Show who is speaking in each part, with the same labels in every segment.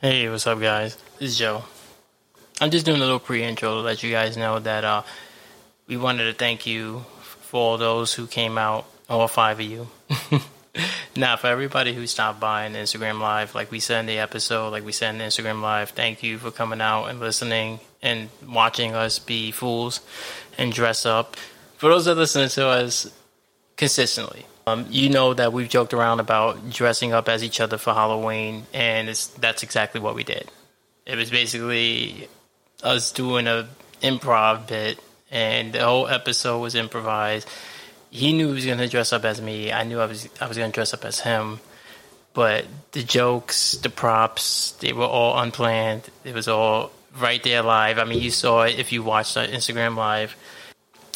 Speaker 1: Hey, what's up, guys? This is Joe. I'm just doing a little pre intro to let you guys know that uh, we wanted to thank you for all those who came out, all five of you. now, for everybody who stopped by in Instagram Live, like we said in the episode, like we said in Instagram Live, thank you for coming out and listening and watching us be fools and dress up. For those that listen to us consistently, um, you know that we've joked around about dressing up as each other for Halloween, and it's, that's exactly what we did. It was basically us doing a improv bit, and the whole episode was improvised. He knew he was going to dress up as me. I knew I was I was going to dress up as him. But the jokes, the props, they were all unplanned. It was all right there live. I mean, you saw it if you watched our Instagram live.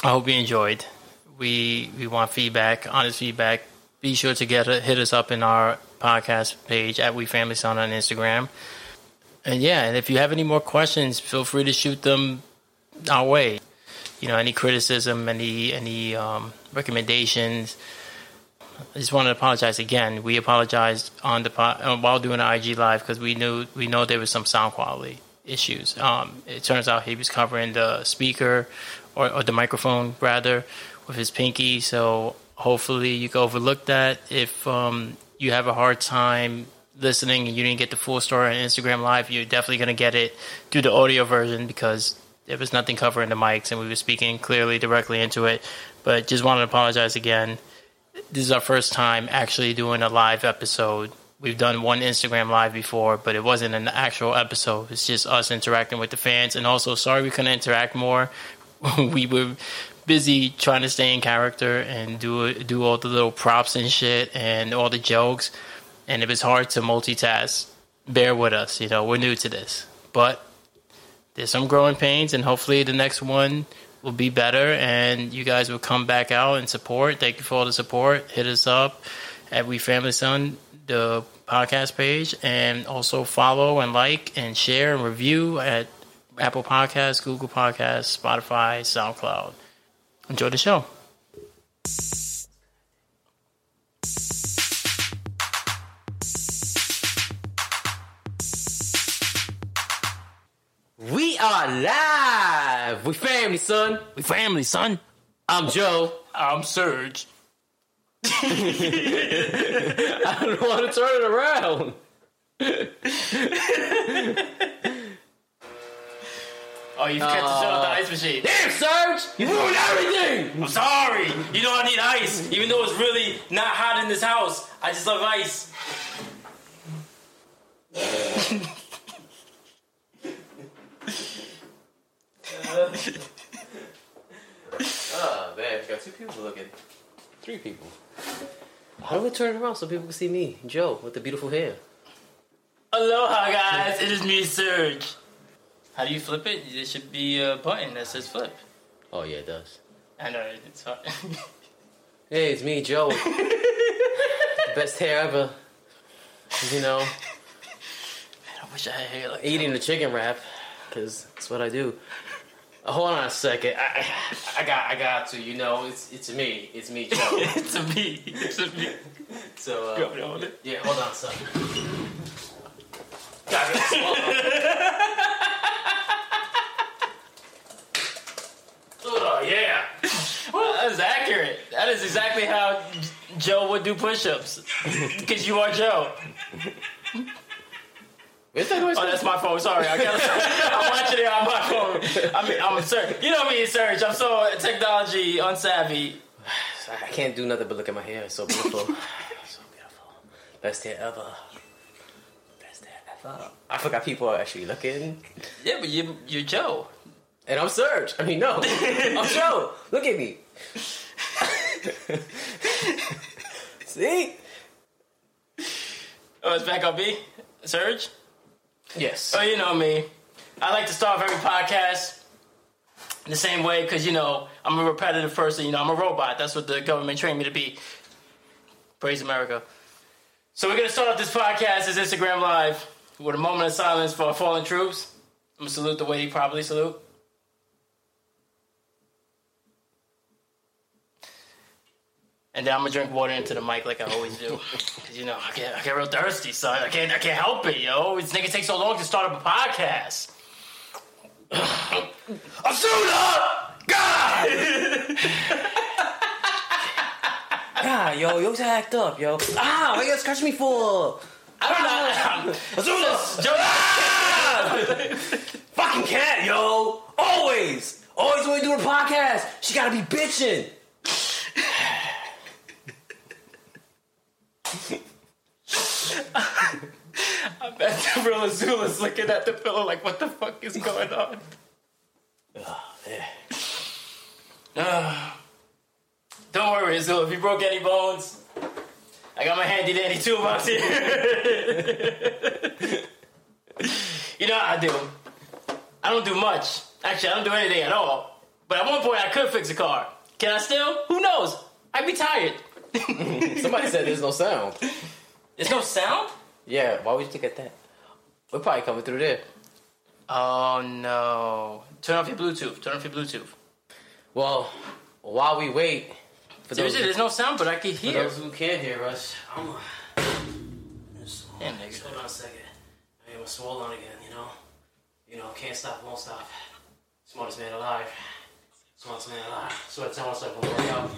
Speaker 1: I hope you enjoyed. We we want feedback, honest feedback. Be sure to get hit us up in our podcast page at We Family Sound on Instagram. And yeah, and if you have any more questions, feel free to shoot them our way. You know, any criticism, any any um, recommendations. I just want to apologize again. We apologized on the po- uh, while doing the IG live because we knew we know there was some sound quality issues. Um, it turns out he was covering the speaker or, or the microphone rather with his pinky. So hopefully you can overlook that. If um, you have a hard time listening and you didn't get the full story on Instagram Live, you're definitely going to get it through the audio version because there was nothing covering the mics and we were speaking clearly directly into it. But just wanted to apologize again. This is our first time actually doing a live episode. We've done one Instagram live before, but it wasn't an actual episode. It's just us interacting with the fans. And also, sorry we couldn't interact more. we were busy trying to stay in character and do do all the little props and shit and all the jokes and it was hard to multitask. Bear with us, you know, we're new to this, but there's some growing pains, and hopefully the next one will be better. And you guys will come back out and support. Thank you for all the support. Hit us up at We Family Son, the podcast page, and also follow and like and share and review at Apple Podcasts, Google Podcasts, Spotify, SoundCloud. Enjoy the show.
Speaker 2: We are live. We family, son.
Speaker 1: We family, son.
Speaker 2: I'm Joe.
Speaker 1: I'm Serge.
Speaker 2: I don't want to turn it around.
Speaker 1: Oh, you forgot to shut off the ice machine.
Speaker 2: Damn, Serge, you ruined everything.
Speaker 1: I'm sorry. You know I need ice, even though it's really not hot in this house. I just love ice.
Speaker 2: Oh man, got two people looking. Three people. How do we turn it around so people can see me, Joe, with the beautiful hair?
Speaker 1: Aloha, guys. It is me, Serge. How do you flip it? There should be a button that says flip.
Speaker 2: Oh yeah, it does.
Speaker 1: I know it's hard.
Speaker 2: Hey, it's me, Joe. Best hair ever. You know,
Speaker 1: I wish I had hair like
Speaker 2: eating the chicken wrap, cause that's what I do. Hold on a second. I, I got, I got to. You know, it's it's me. It's me, Joe.
Speaker 1: it's a me. It's a me.
Speaker 2: So
Speaker 1: Drop
Speaker 2: uh,
Speaker 1: it on it.
Speaker 2: yeah, hold on, son. oh yeah.
Speaker 1: Well, that is accurate. That is exactly how Joe would do push-ups. Because you are Joe.
Speaker 2: Where's that noise?
Speaker 1: Oh, that's my phone. Sorry, I got I'm watching it on my phone. I mean, I'm sir. You know me, Serge. I'm so technology unsavvy.
Speaker 2: I can't do nothing but look at my hair. It's so beautiful. so beautiful. Best hair ever. Best hair ever. I forgot people are actually looking.
Speaker 1: Yeah, but you, you're Joe.
Speaker 2: And I'm Serge. I mean, no. I'm Joe. Look at me. See?
Speaker 1: Oh, it's back on me, Serge.
Speaker 2: Yes.
Speaker 1: Oh, you know me. I like to start off every podcast the same way because you know I'm a repetitive person. You know, I'm a robot. That's what the government trained me to be. Praise America. So we're gonna start off this podcast as Instagram Live with a moment of silence for our fallen troops. I'm gonna salute the way they probably salute. And then I'm gonna drink water into the mic like I always do, 'Cause, you know I get I get real thirsty, son. I can't I can't help it, yo. This nigga takes so long to start up a podcast. Asuna, God,
Speaker 2: Ah, yo, you always act up, yo. Ah, what you guys scratch me for?
Speaker 1: I'm not. Asuna,
Speaker 2: Fucking cat, yo. Always. Always when we do a podcast, she gotta be bitching.
Speaker 1: I bet the real Azula's looking at the pillow like, what the fuck is going on? Ah. Don't worry, Azula, if you broke any bones, I got my handy dandy toolbox here. you know how I do. I don't do much. Actually, I don't do anything at all. But at one point, I could fix a car. Can I still? Who knows? I'd be tired.
Speaker 2: Somebody said there's no sound.
Speaker 1: There's no sound?
Speaker 2: Yeah, why would you look at that? We're probably coming through there.
Speaker 1: Oh no. Turn off your Bluetooth. Turn off your Bluetooth.
Speaker 2: Well, while we wait for those,
Speaker 1: Seriously, there's no sound, but I can
Speaker 2: for
Speaker 1: hear.
Speaker 2: those who can't hear us, I'm gonna
Speaker 1: Damn, nigga.
Speaker 2: hold on a second. I am swollen again, you know? You know, can't stop, won't stop. Smartest man alive. Smartest man alive. So it sounds like we'll work out.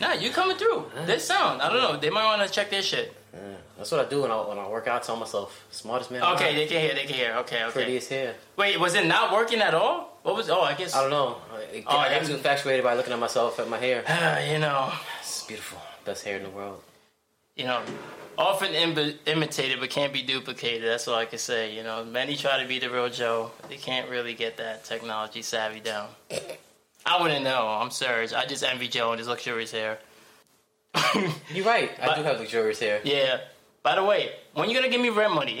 Speaker 1: Nah, you coming through. There's sound. I don't know. They might want to check their shit.
Speaker 2: That's what I do when I, when I work out. Tell myself, smartest man. alive.
Speaker 1: Okay, they can hear. They can hear. Okay, okay.
Speaker 2: prettiest hair.
Speaker 1: Wait, was it not working at all? What was? Oh, I guess.
Speaker 2: I don't know. I,
Speaker 1: Oh,
Speaker 2: I
Speaker 1: yeah.
Speaker 2: got too infatuated by looking at myself at my hair.
Speaker 1: uh, you know,
Speaker 2: It's beautiful. Best hair in the world.
Speaker 1: you know, often Im- imitated but can't be duplicated. That's all I can say. You know, many try to be the real Joe. but They can't really get that technology savvy down. I wouldn't know. I'm Serge. I just envy Joe and his luxurious hair.
Speaker 2: You're right. I
Speaker 1: But-
Speaker 2: do have luxurious hair.
Speaker 1: Yeah. By the way, when you gonna give me rent money?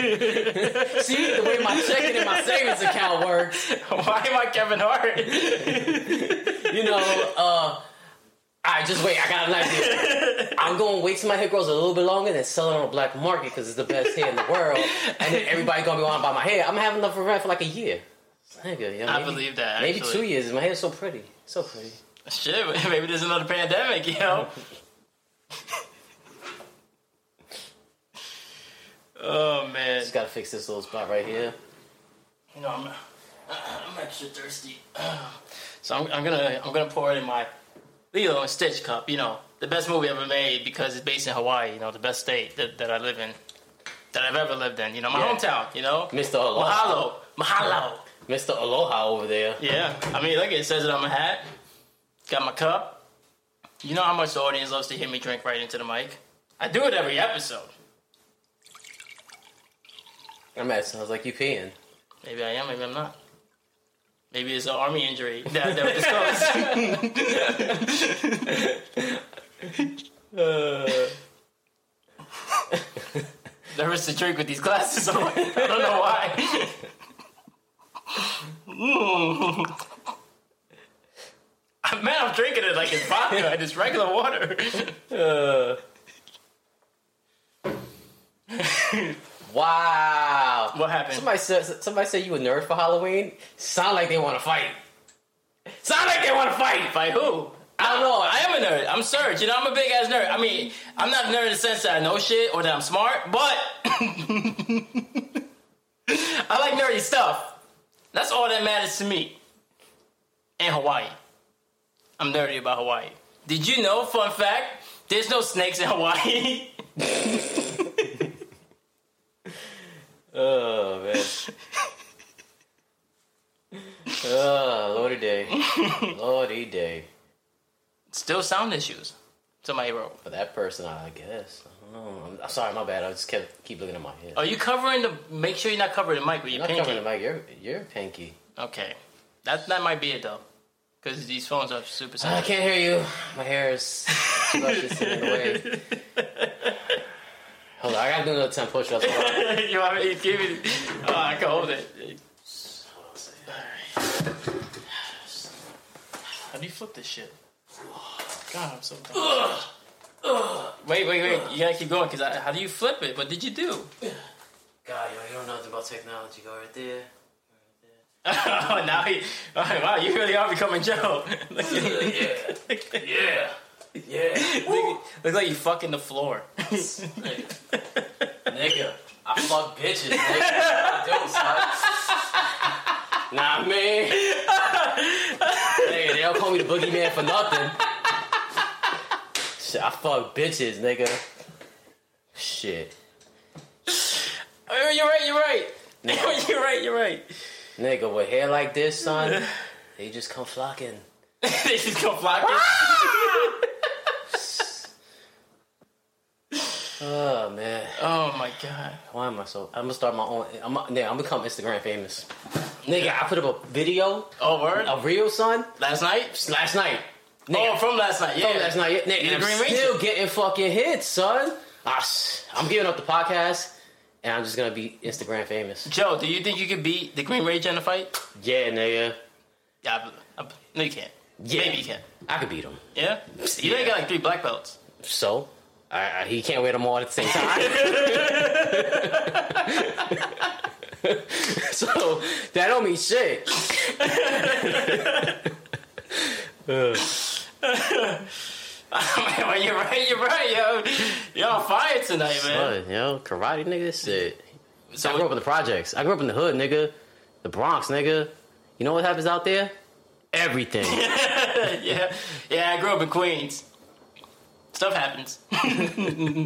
Speaker 2: See the way my checking and my savings account works.
Speaker 1: Why am I Kevin Hart?
Speaker 2: You know. uh... I just wait. I got an idea. I'm going to wait till my hair grows a little bit longer, then sell it on the black market because it's the best hair in the world, and then everybody gonna be wanting to buy my hair. I'm having enough for rent for like a year. Nigga, you know,
Speaker 1: I
Speaker 2: maybe-
Speaker 1: believe that.
Speaker 2: Maybe
Speaker 1: actually.
Speaker 2: two years. My hair's so pretty, so pretty.
Speaker 1: Shit, maybe there's another pandemic, you know? oh, man.
Speaker 2: Just gotta fix this little spot right here.
Speaker 1: You know, I'm, I'm extra thirsty. So I'm, I'm gonna I'm gonna pour it in my Lilo and Stitch cup, you know, the best movie ever made because it's based in Hawaii, you know, the best state that, that I live in, that I've ever lived in, you know, my
Speaker 2: Yeah.
Speaker 1: hometown, you know?
Speaker 2: Mr. Aloha,
Speaker 1: Mahalo. Mahalo.
Speaker 2: Mr. Aloha over there.
Speaker 1: Yeah, I mean, look, it says it on my hat. Got my cup. You know how much the audience loves to hear me drink right into the mic. I do it every episode.
Speaker 2: I'm asking. I was like, you peeing?
Speaker 1: Maybe I am, maybe I'm not. Maybe it's an army injury that, that was Uh. caused. Nervous to drink with these glasses on. I don't know why. Mm. Man, I'm drinking it like it's vodka and it's regular water.
Speaker 2: Wow.
Speaker 1: What happened?
Speaker 2: Somebody said somebody said you a nerd for Halloween. Sound like they want to fight. Sound like they want to fight.
Speaker 1: By who?
Speaker 2: I don't know.
Speaker 1: I
Speaker 2: I,
Speaker 1: am a nerd. I'm Serge. You know, I'm a big ass nerd. I mean, I'm not a nerd in the sense that I know shit or that I'm smart, but I like nerdy stuff. That's all that matters to me. And Hawaii. I'm nerdy about Hawaii. Did you know, fun fact, there's no snakes in Hawaii?
Speaker 2: oh man. oh lordy day, lordy day.
Speaker 1: Still sound issues. Somebody wrote.
Speaker 2: For that person, I guess. I don't know. I'm, I'm sorry, my bad. I just kept keep looking at my head.
Speaker 1: Are you covering the. Make sure you're not covering the mic with your
Speaker 2: Not
Speaker 1: Oh, pinky.
Speaker 2: coming to Mike. You're you're pinky.
Speaker 1: Okay. That, that might be it though. Because these phones are super
Speaker 2: I
Speaker 1: sensitive.
Speaker 2: can't hear you. My hair is too luscious in the way. Hold on, I gotta do another ten push-ups. Hold on.
Speaker 1: you want me to give it? Oh, I can hold it. How do you flip this shit? God, I'm so done. Wait, wait, wait. You gotta keep going, because how do you flip it? What did you do?
Speaker 2: God, yo, you don't know nothing about technology. Go right there. Right there.
Speaker 1: oh, now he, oh, wow, you really are becoming Joe. look,
Speaker 2: yeah, yeah, yeah.
Speaker 1: look, look like you fucking the floor.
Speaker 2: nigga, nigga, I fuck bitches, nigga. That's what I do, son. Nah, man. nigga, they don't call me the boogeyman for nothing. Shit, I fuck bitches, nigga. Shit,
Speaker 1: Oh, you're right, you're right.
Speaker 2: nigga,
Speaker 1: you're right, you're right.
Speaker 2: nigga with hair like this, son, they just come flocking.
Speaker 1: they just come flocking.
Speaker 2: Oh man,
Speaker 1: oh my god.
Speaker 2: why am I so? I'm gonna start my own. I'm, nigga, I'm gonna become Instagram famous. Nigga, I put up a video,
Speaker 1: Oh, word?
Speaker 2: a real son,
Speaker 1: Last night?
Speaker 2: last night.
Speaker 1: Oh, from last night, yeah.
Speaker 2: Oh, that's not it. Nick,
Speaker 1: The
Speaker 2: and
Speaker 1: Green
Speaker 2: I'm
Speaker 1: Ranger.
Speaker 2: still getting fucking hits, son. Ah, s- I'm giving up the podcast, and I'm just gonna be Instagram famous.
Speaker 1: Joe, do you think you could beat the Green Ranger in a fight?
Speaker 2: Yeah, nigga.
Speaker 1: Yeah, I, I, no, you can't.
Speaker 2: Yeah.
Speaker 1: Maybe you can.
Speaker 2: I could beat him.
Speaker 1: Yeah? You ain't got like three black belts.
Speaker 2: So, I, I, he can't wear them all at the same time. so that don't mean shit.
Speaker 1: well, you're right, you're right, yo. You're on fire tonight, man.
Speaker 2: Son, yo, karate, nigga. this Shit. I grew
Speaker 1: So,
Speaker 2: up in the projects. I grew up in the hood, nigga. The Bronx, nigga. You know what happens out there? Everything.
Speaker 1: yeah, yeah, I grew up in Queens. Stuff happens. I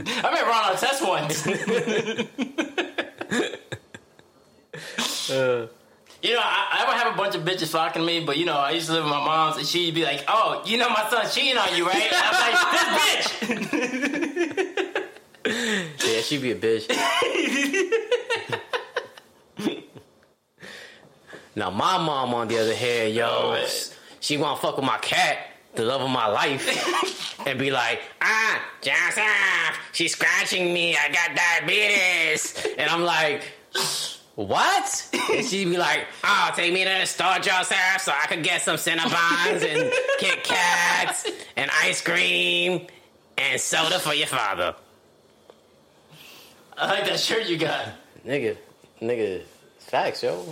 Speaker 1: met Ron Artest once. Uh. You know, I, I would have a bunch of bitches flocking me, but you know, I used to live with my mom's, and she'd be like, "Oh, you know, my son's cheating on you, right?" And I'm like, "This bitch."
Speaker 2: Yeah, she be a bitch. now my mom, on the other
Speaker 1: Oh,
Speaker 2: hand, yo,
Speaker 1: man.
Speaker 2: she wanna fuck with my cat, the love of my life, and be like, ah, Johnson, she's scratching me. I got diabetes, and I'm like. What? And she'd be like, "Oh, take me to the store, Joseph, so I could get some Cinnabons and Kit Kats and ice cream and soda for your father."
Speaker 1: I like that shirt you got.
Speaker 2: Nigga, nigga, facts, yo.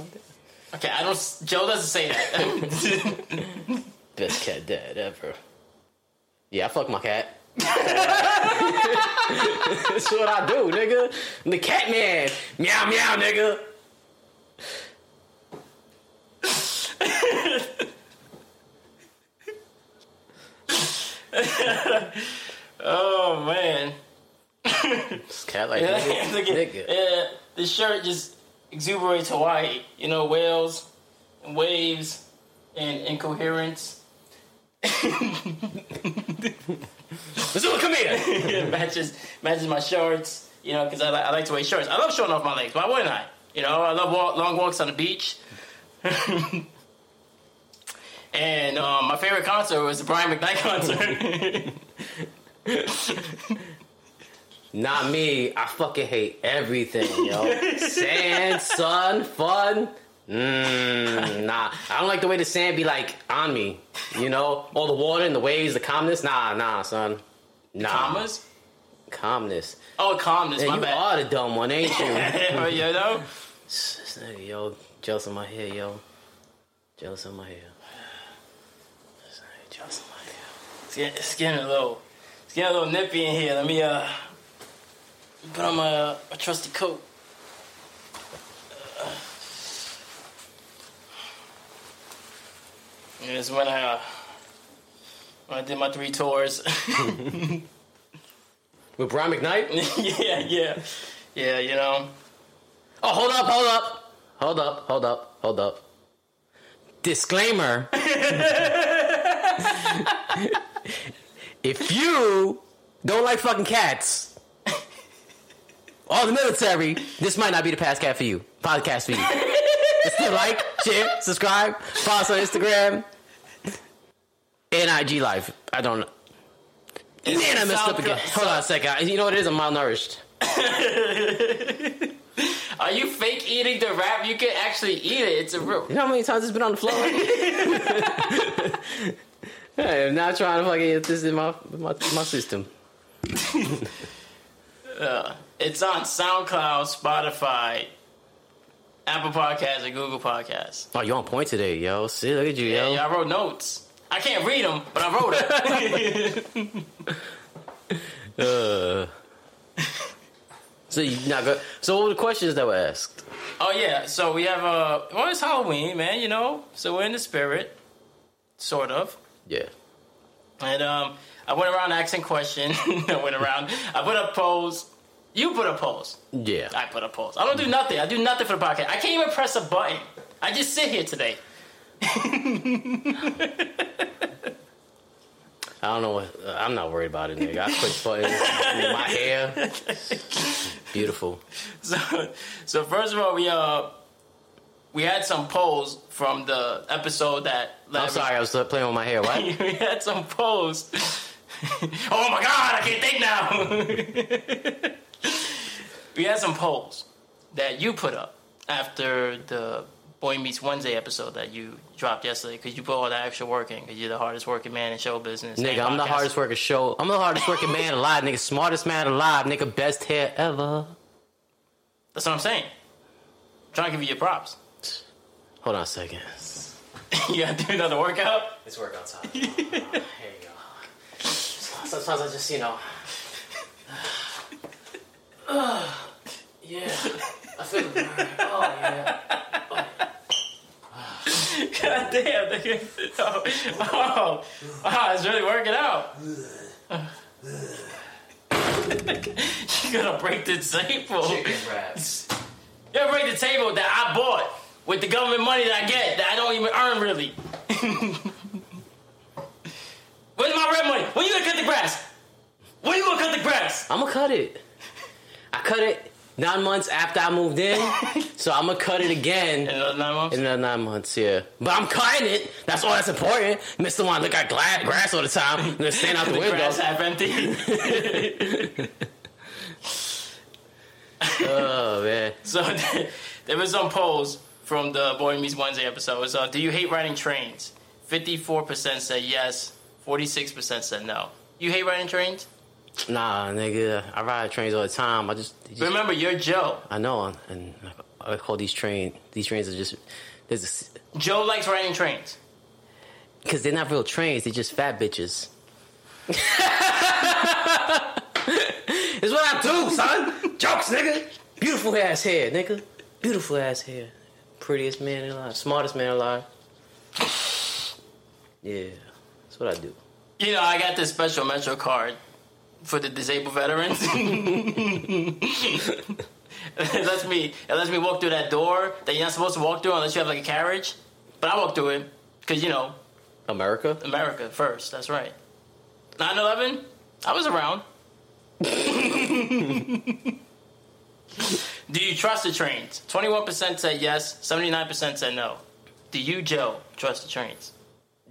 Speaker 1: Okay, I don't. s- Joe doesn't say that.
Speaker 2: Best cat dad ever. Yeah, I fuck my cat. That's what I do, nigga. I'm the cat man. Meow, meow, nigga.
Speaker 1: oh man.
Speaker 2: This cat like
Speaker 1: Yeah,
Speaker 2: nigga.
Speaker 1: look at-
Speaker 2: nigga.
Speaker 1: yeah, the shirt just exuberates Hawaii. You know, whales, and waves, and incoherence.
Speaker 2: Missoula, come here.
Speaker 1: it matches matches my shorts. You know, because I, li- I like to wear shorts. I love showing off my legs. Why wouldn't I? You know, I love walk, long walks on the beach. and um, my favorite concert was the Brian McKnight concert.
Speaker 2: Not me. I fucking hate everything, yo. Sand, sun, fun. Mm, nah, I don't like the way the sand be like on me. You know, all the water and the waves, the calmness. Nah, nah, son. Nah,
Speaker 1: Commas?
Speaker 2: calmness.
Speaker 1: Oh, calmness.
Speaker 2: Yeah,
Speaker 1: my
Speaker 2: you
Speaker 1: bad.
Speaker 2: are the dumb one, ain't you?
Speaker 1: you know.
Speaker 2: This nigga, yo, jealous of my hair, yo. Jealous of my hair. This nigga Jealous of my hair.
Speaker 1: It's getting, it's getting a little, it's getting a little nippy in here. Let me uh, put on my, uh, my trusty coat. Uh, And it's when I, uh, when I did my three tours.
Speaker 2: With Brian McKnight?
Speaker 1: yeah, yeah, yeah. You know,
Speaker 2: Oh, hold up, hold up. Hold up, hold up, hold up. Disclaimer. if you don't like fucking cats or the military, this might not be the past cat for you. Podcast for you. Still like, share, subscribe, follow us on Instagram. NIG Life. I don't know. Man, I messed up again. Hold on a second. You know what it is? I'm malnourished.
Speaker 1: are you fake eating the wrap? You can actually eat it. It's a real.
Speaker 2: You know how many times it's been on the floor? hey, I'm not trying to fucking get this in my my, my system.
Speaker 1: It's on SoundCloud, Spotify, Apple Podcasts and Google Podcasts.
Speaker 2: Oh, you on point today, yo. See, look at you,
Speaker 1: Yeah,
Speaker 2: yo.
Speaker 1: yeah, I wrote notes. I can't read them, but I wrote them.
Speaker 2: Uh. so you not good. So what were the questions that were asked?
Speaker 1: oh yeah, so we have uh, well, it's Halloween, man. You know, so we're in the spirit, sort of.
Speaker 2: Yeah.
Speaker 1: And um, I went around asking questions. I went around. I put up polls. You put up polls.
Speaker 2: Yeah.
Speaker 1: I put up polls. I don't do nothing. I do nothing for the podcast. I can't even press a button. I just sit here today.
Speaker 2: I don't know what. uh, I'm not worried about it, nigga. I click buttons. my hair. Beautiful.
Speaker 1: So, so first of all, we uh, we had some polls from the episode that.
Speaker 2: I'm sorry, I was playing with my hair. What?
Speaker 1: we had some polls. oh my god, I can't think now. we had some polls that you put up after the Boy Meets Wednesday episode that you dropped yesterday because you put all that extra work in because you're the hardest working man in show business. and
Speaker 2: Nigga, I'm the
Speaker 1: podcasting.
Speaker 2: hardest working show. I'm the hardest working man alive, nigga. Smartest man alive, nigga. Best hair ever.
Speaker 1: That's what I'm saying. trying to give you your props.
Speaker 2: Hold on a second.
Speaker 1: you gotta do another workout.
Speaker 2: It's workout time. Here you go. Sometimes I just, you know. yeah. I feel the Oh, yeah.
Speaker 1: God damn, nigga. Oh, oh, wow, it's really working out. you gonna break the table.
Speaker 2: wraps.
Speaker 1: You gonna break the table that I bought with the government money that I get that I don't even earn really. Where's my rent money? When you gonna cut the grass? When you gonna cut the grass?
Speaker 2: I'm gonna cut it. I cut it nine months after I moved in, so I'm gonna cut it again.
Speaker 1: In another uh, nine months?
Speaker 2: In another nine months, yeah. But I'm cutting it. That's all that's important. Mr. One, look at gla- grass all the time. and then stand out the,
Speaker 1: the
Speaker 2: window.
Speaker 1: grass half empty.
Speaker 2: Oh man.
Speaker 1: So there was some polls from the Boy Meets Wednesday episode. It was, uh, do you hate riding trains? Fifty-four percent said yes. Forty-six percent said no. You hate riding trains?
Speaker 2: Nah, nigga. I ride trains all the time. I just, just-
Speaker 1: Remember, you're Joe.
Speaker 2: I know, and I call these train. These trains are just. There's a,
Speaker 1: Joe likes riding trains.
Speaker 2: Because they're not real trains, they're just fat bitches. it's what I do, son. Jokes, nigga. Beautiful ass hair, nigga. Beautiful ass hair. Prettiest man alive. Smartest man alive. Yeah, that's what I do.
Speaker 1: You know, I got this special Metro card for the disabled veterans. it lets me it lets me walk through that door that you're not supposed to walk through unless you have like a carriage. But I walk through it because you know
Speaker 2: America?
Speaker 1: America first. That's right. 9/11. I was around. Do you trust the trains? 21% said yes, 79% said no. Do you, Joe, trust the trains?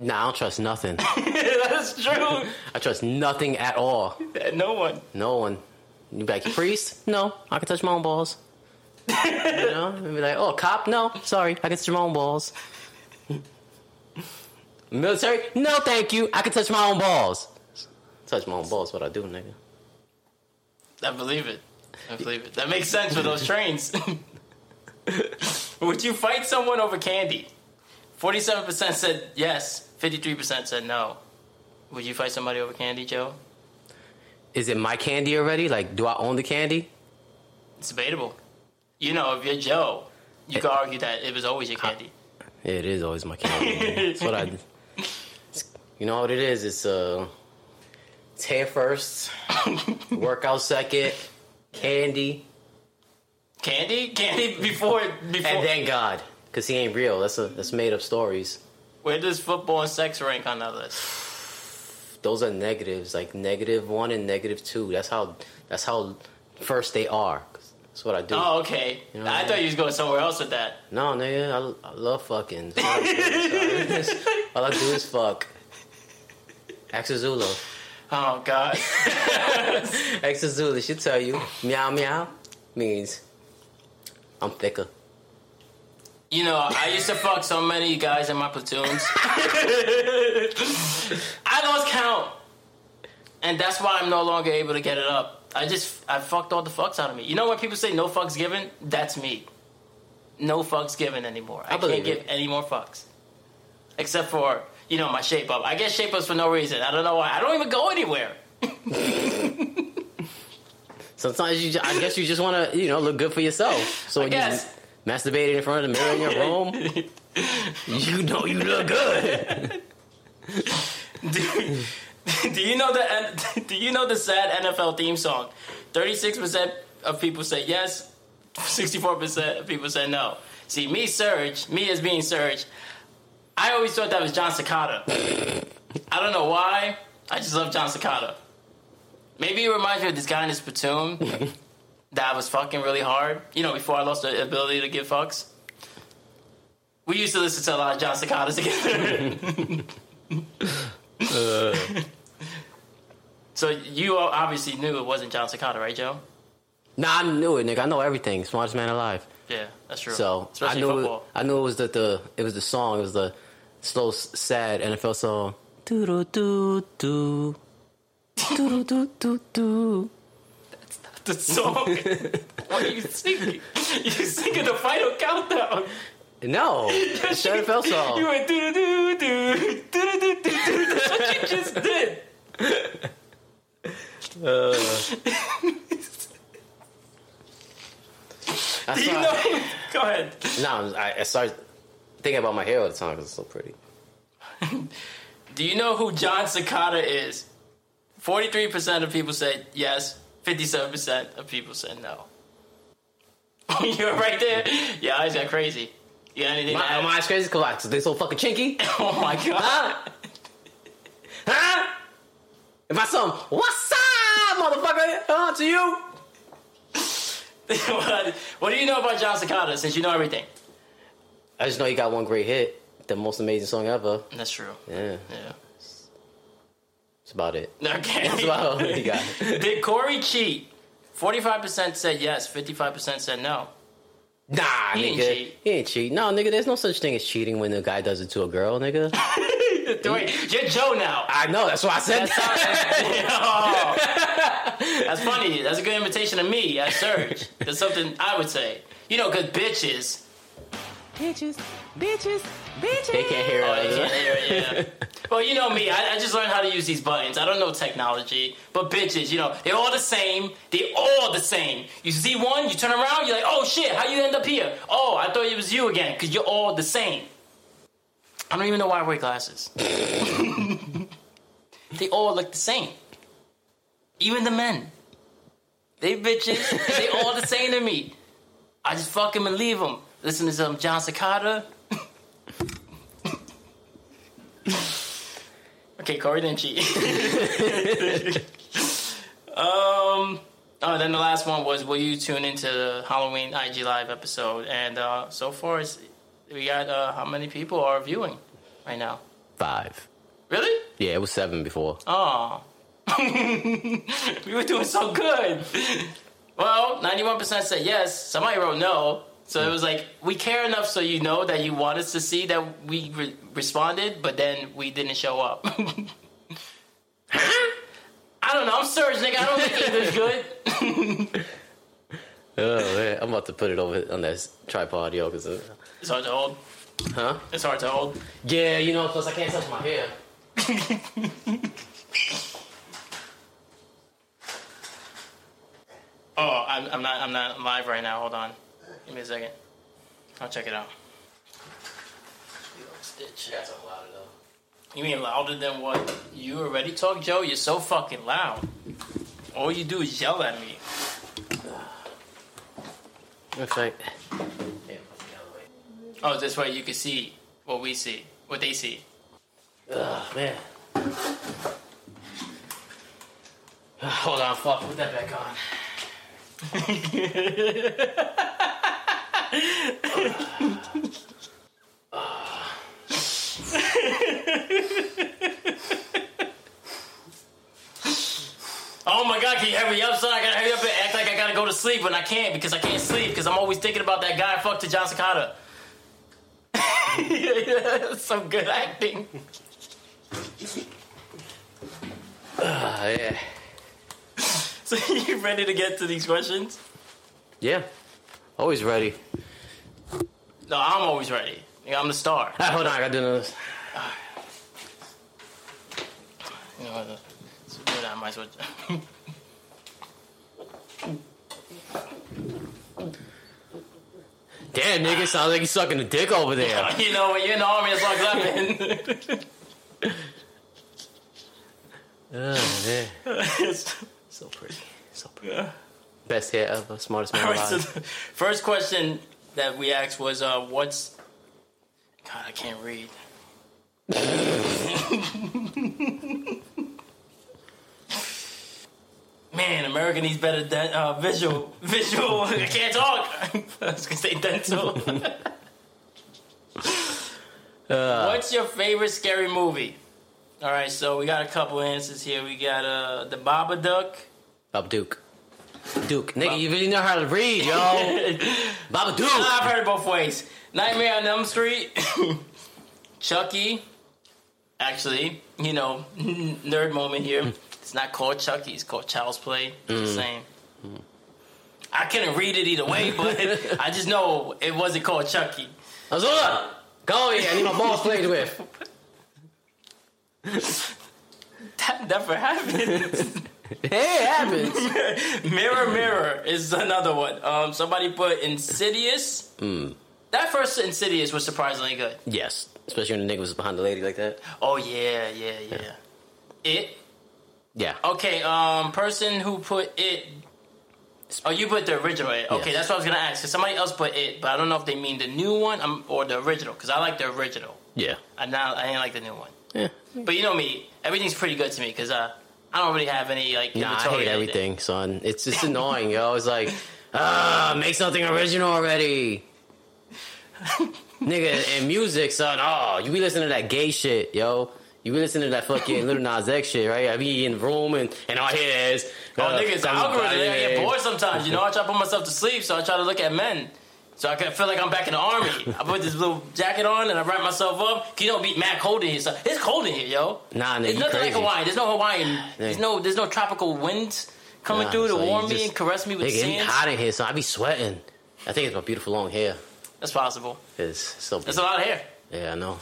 Speaker 2: Nah, I don't trust nothing.
Speaker 1: That's true.
Speaker 2: I trust nothing at all.
Speaker 1: no one.
Speaker 2: No one. You be like, priest? No, I can touch my own balls. you know? And be like, oh, cop? No, sorry, I can touch my own balls. Military? No, thank you, I can touch my own balls. Touch my own balls, what I do, nigga.
Speaker 1: I believe it. I believe it. That makes sense for those trains. Would you fight someone over candy? 47% said yes, 53% said no. Would you fight somebody over candy, Joe?
Speaker 2: Is it my candy already? Like, do I own the candy?
Speaker 1: It's debatable. You know, if you're Joe, you could argue that it was always your candy.
Speaker 2: Yeah, it is always my candy. man. That's what I do. You know what it is? It's uh, it's hair first, workout second, candy,
Speaker 1: Candy, candy before before.
Speaker 2: and then God, because he ain't real. That's a that's made up stories.
Speaker 1: where does football and sex rank on that list?
Speaker 2: Those are negatives, like negative one and negative two. That's how that's how first they are. That's what I do.
Speaker 1: Oh, okay.
Speaker 2: know what
Speaker 1: I
Speaker 2: I
Speaker 1: thought you was going somewhere else with that.
Speaker 2: No, nigga, I, I love fucking. That's what I do, son. All I do is fuck. Axazula,
Speaker 1: Oh God.
Speaker 2: Axazula, she tell you meow meow means I'm thicker.
Speaker 1: You know, I used to fuck so many guys in my platoons. I lost count, and that's why I'm no longer able to get it up. I just I fucked all the fucks out of me. You know when people say no fucks given? That's me. no fucks given anymore. I,
Speaker 2: believe
Speaker 1: can't give
Speaker 2: it.
Speaker 1: any more fucks. Except for, you know, my shape up. I get shape ups for no reason. I don't know why. I don't even go anywhere.
Speaker 2: Sometimes you, ju- I guess you just want to, you know, look good for yourself. So when you
Speaker 1: guess.
Speaker 2: masturbating in front of the mirror in your room, you know Oh, you look good.
Speaker 1: do, do you know the do you know the sad NFL theme song? Thirty six percent of people say yes, sixty four percent of people say no. See me, Surge, me as being Surge. I always thought that was John Cicada. I don't know why. I just love John Cicada. Maybe it reminds me of this guy in his platoon that I was fucking really hard. You know, before I lost the ability to give fucks. We used to listen to a lot of John Cicadas together. So you all obviously knew it wasn't John Cicada, right, Joe?
Speaker 2: Nah, I knew it, nigga. I know everything. Smartest man alive.
Speaker 1: Yeah, that's true.
Speaker 2: So
Speaker 1: especially
Speaker 2: I knew
Speaker 1: football.
Speaker 2: It, I knew it was the, the it was the song. It was the slow, s- sad NFL song. Do do do do do do do do.
Speaker 1: the song. what are you singing? You singing the final countdown.
Speaker 2: No, it's the NFL
Speaker 1: You
Speaker 2: song.
Speaker 1: went doo doo doo doo doo doo doo doo. That's what you just did.
Speaker 2: I
Speaker 1: Do you
Speaker 2: started-
Speaker 1: know? Go ahead.
Speaker 2: No, I, I started thinking about my hair all the time because it's so pretty.
Speaker 1: Do you know who John Cicada is? Forty-three percent of people said yes. Fifty-seven percent of people said no. You're right there. Your eyes got crazy. You got anything? to
Speaker 2: My,
Speaker 1: add?
Speaker 2: my eyes crazy because they so fucking chinky.
Speaker 1: oh my god.
Speaker 2: Huh? Huh? If I saw him, what's up, motherfucker? Huh, to you?
Speaker 1: what, what do you know about John Cicada since you know everything?
Speaker 2: I just know he got one great hit, the most amazing song ever.
Speaker 1: That's true.
Speaker 2: Yeah,
Speaker 1: Yeah.
Speaker 2: that's about it.
Speaker 1: Okay.
Speaker 2: That's about all he got.
Speaker 1: Did Corey cheat? Forty-five percent said yes. Fifty-five percent said no.
Speaker 2: Nah,
Speaker 1: He
Speaker 2: nigga.
Speaker 1: ain't cheat.
Speaker 2: He ain't cheat. No, nigga, there's no such thing as cheating when a guy does it to a girl, nigga.
Speaker 1: Wait, you're Joe now.
Speaker 2: I know, that's why I said
Speaker 1: That's,
Speaker 2: that.
Speaker 1: how- Oh. That's funny. That's a good imitation of me at Surge. That's something I would say. You know, because bitches.
Speaker 3: Bitches, bitches, bitches.
Speaker 2: They can't hear
Speaker 1: Oh,
Speaker 2: us.
Speaker 1: yeah, yeah, yeah. Well, you know me. I, I just learned how to use these buttons. I don't know technology, but bitches, you know, they're all the same. They all the same. You see one, you turn around, you're like, oh shit, how you end up here? Oh, I thought it was you again, because you're all the same. I don't even know why I wear glasses. they all look the same. Even the men. They bitches. they all the same to me. I just fuck 'em and leave 'em. Listen to some John Cicada. Okay, Corey didn't cheat. um, oh, then the last one was, will you tune into the Halloween IG Live episode? And uh, so far, it's, we got uh, how many people are viewing right now?
Speaker 2: Five.
Speaker 1: Really?
Speaker 2: Yeah, it was seven before.
Speaker 1: Oh. we were doing so good. Well, 91% said yes. Somebody wrote no. So it was like, we care enough so you know that you want us to see that we re- responded, but then we didn't show up. I don't know. I'm Surge, nigga. I don't think it was good.
Speaker 2: Oh, man. I'm about to put it over on that tripod, yo, because. Uh,
Speaker 1: It's hard to hold.
Speaker 2: huh?
Speaker 1: It's hard to hold.
Speaker 2: Yeah, you know, plus I can't touch my hair.
Speaker 1: Oh, I'm, I'm not. I'm not live right now. Hold on. Give me a second. I'll check it out.
Speaker 2: Stitch. That's a lot though.
Speaker 1: You mean louder than what you already talk, Joe? You're so fucking loud. All you do is yell at me.
Speaker 2: That's like.
Speaker 1: Oh, this way you can see what we see, what they see.
Speaker 2: Ugh, Ah, man. Hold on, fuck. Put that back on.
Speaker 1: Oh my god, can you hurry up, son? I gotta hurry up and act like I gotta go to sleep when I can't because I can't sleep because I'm always thinking about that guy I fucked to John Cicada. Some good acting.
Speaker 2: Ah, yeah.
Speaker 1: So you ready to get to these questions?
Speaker 2: Yeah. Always ready.
Speaker 1: No, I'm always ready. Nigga, I'm the star.
Speaker 2: Ah, hold on, I gotta do another.
Speaker 1: You know, uh, it's good, I might as well.
Speaker 2: Damn, nigga, sounds like you sucking a dick over there.
Speaker 1: you know, when you're in the army, it's like lemon.
Speaker 2: oh, man.
Speaker 1: It's-
Speaker 2: So pretty. So pretty.
Speaker 1: yeah.
Speaker 2: Best hair ever. Smartest man
Speaker 1: All right, so
Speaker 2: alive.
Speaker 1: the first question that we asked was, uh, what's. God, I can't read. Man, America needs better de- uh, visual. Visual. I can't talk. I was gonna say dental. What's your favorite scary movie? All right, so we got a couple answers here. We got uh, the Babadook.
Speaker 2: Bob Duke. Duke. Nigga, you really know how to read, yo. Baba Duke.
Speaker 1: I've heard it both ways. Nightmare on Elm Street, Chucky. Actually, you know, nerd moment here. It's not called Chucky. It's called Child's Play. It's the same. I couldn't read it either way, but I just know it wasn't called Chucky.
Speaker 2: Azula! Go here. I need my balls played with.
Speaker 1: That never happened.
Speaker 2: Hey, it happens.
Speaker 1: mirror, mirror is another one. Um, somebody put Insidious. That first Insidious was surprisingly good.
Speaker 2: yes. Especially when the nigga was behind the lady like that.
Speaker 1: Oh yeah, yeah, yeah. It
Speaker 2: Yeah.
Speaker 1: Okay, um, person who put it. Oh, you put the original it. Okay,
Speaker 2: Yes.
Speaker 1: that's what I was gonna ask. 'cause somebody else put it, but I don't know if they mean the new one um, or the original. Because I like the original.
Speaker 2: Yeah.
Speaker 1: I not, I ain't like the new one.
Speaker 2: Yeah.
Speaker 1: But you know me, everything's pretty good to me because uh, I don't really have any like.
Speaker 2: Nah, I
Speaker 1: inventory
Speaker 2: hate
Speaker 1: or anything.
Speaker 2: everything, son. It's just annoying, yo. It's like, ah, make something original already. Nigga, and music, son. Oh, you be listening to that gay shit, yo. You be listening to that fucking Little Nas X shit, right? I be in the room and, and all I hear is.
Speaker 1: Oh, nigga, it's the algorithm. I get
Speaker 2: somebody-
Speaker 1: bored sometimes. You know, I try to put myself to sleep, so I try to look at men. So I can feel like I'm back in the army. I put this little jacket on and I wrap myself up. You know, it be mad cold in here. So it's cold in here, yo.
Speaker 2: Nah, nigga,
Speaker 1: It's
Speaker 2: you
Speaker 1: nothing
Speaker 2: crazy.
Speaker 1: like Hawaii. There's no Hawaiian. There's no there's no tropical winds coming
Speaker 2: Nah,
Speaker 1: through to
Speaker 2: son, you
Speaker 1: warm me
Speaker 2: just-
Speaker 1: and caress me with
Speaker 2: Nigga, it's
Speaker 1: sand.
Speaker 2: hot in here, so I be sweating. I think it's my beautiful long hair.
Speaker 1: That's possible.
Speaker 2: It's so.
Speaker 1: That's a lot of hair.
Speaker 2: yeah, I know.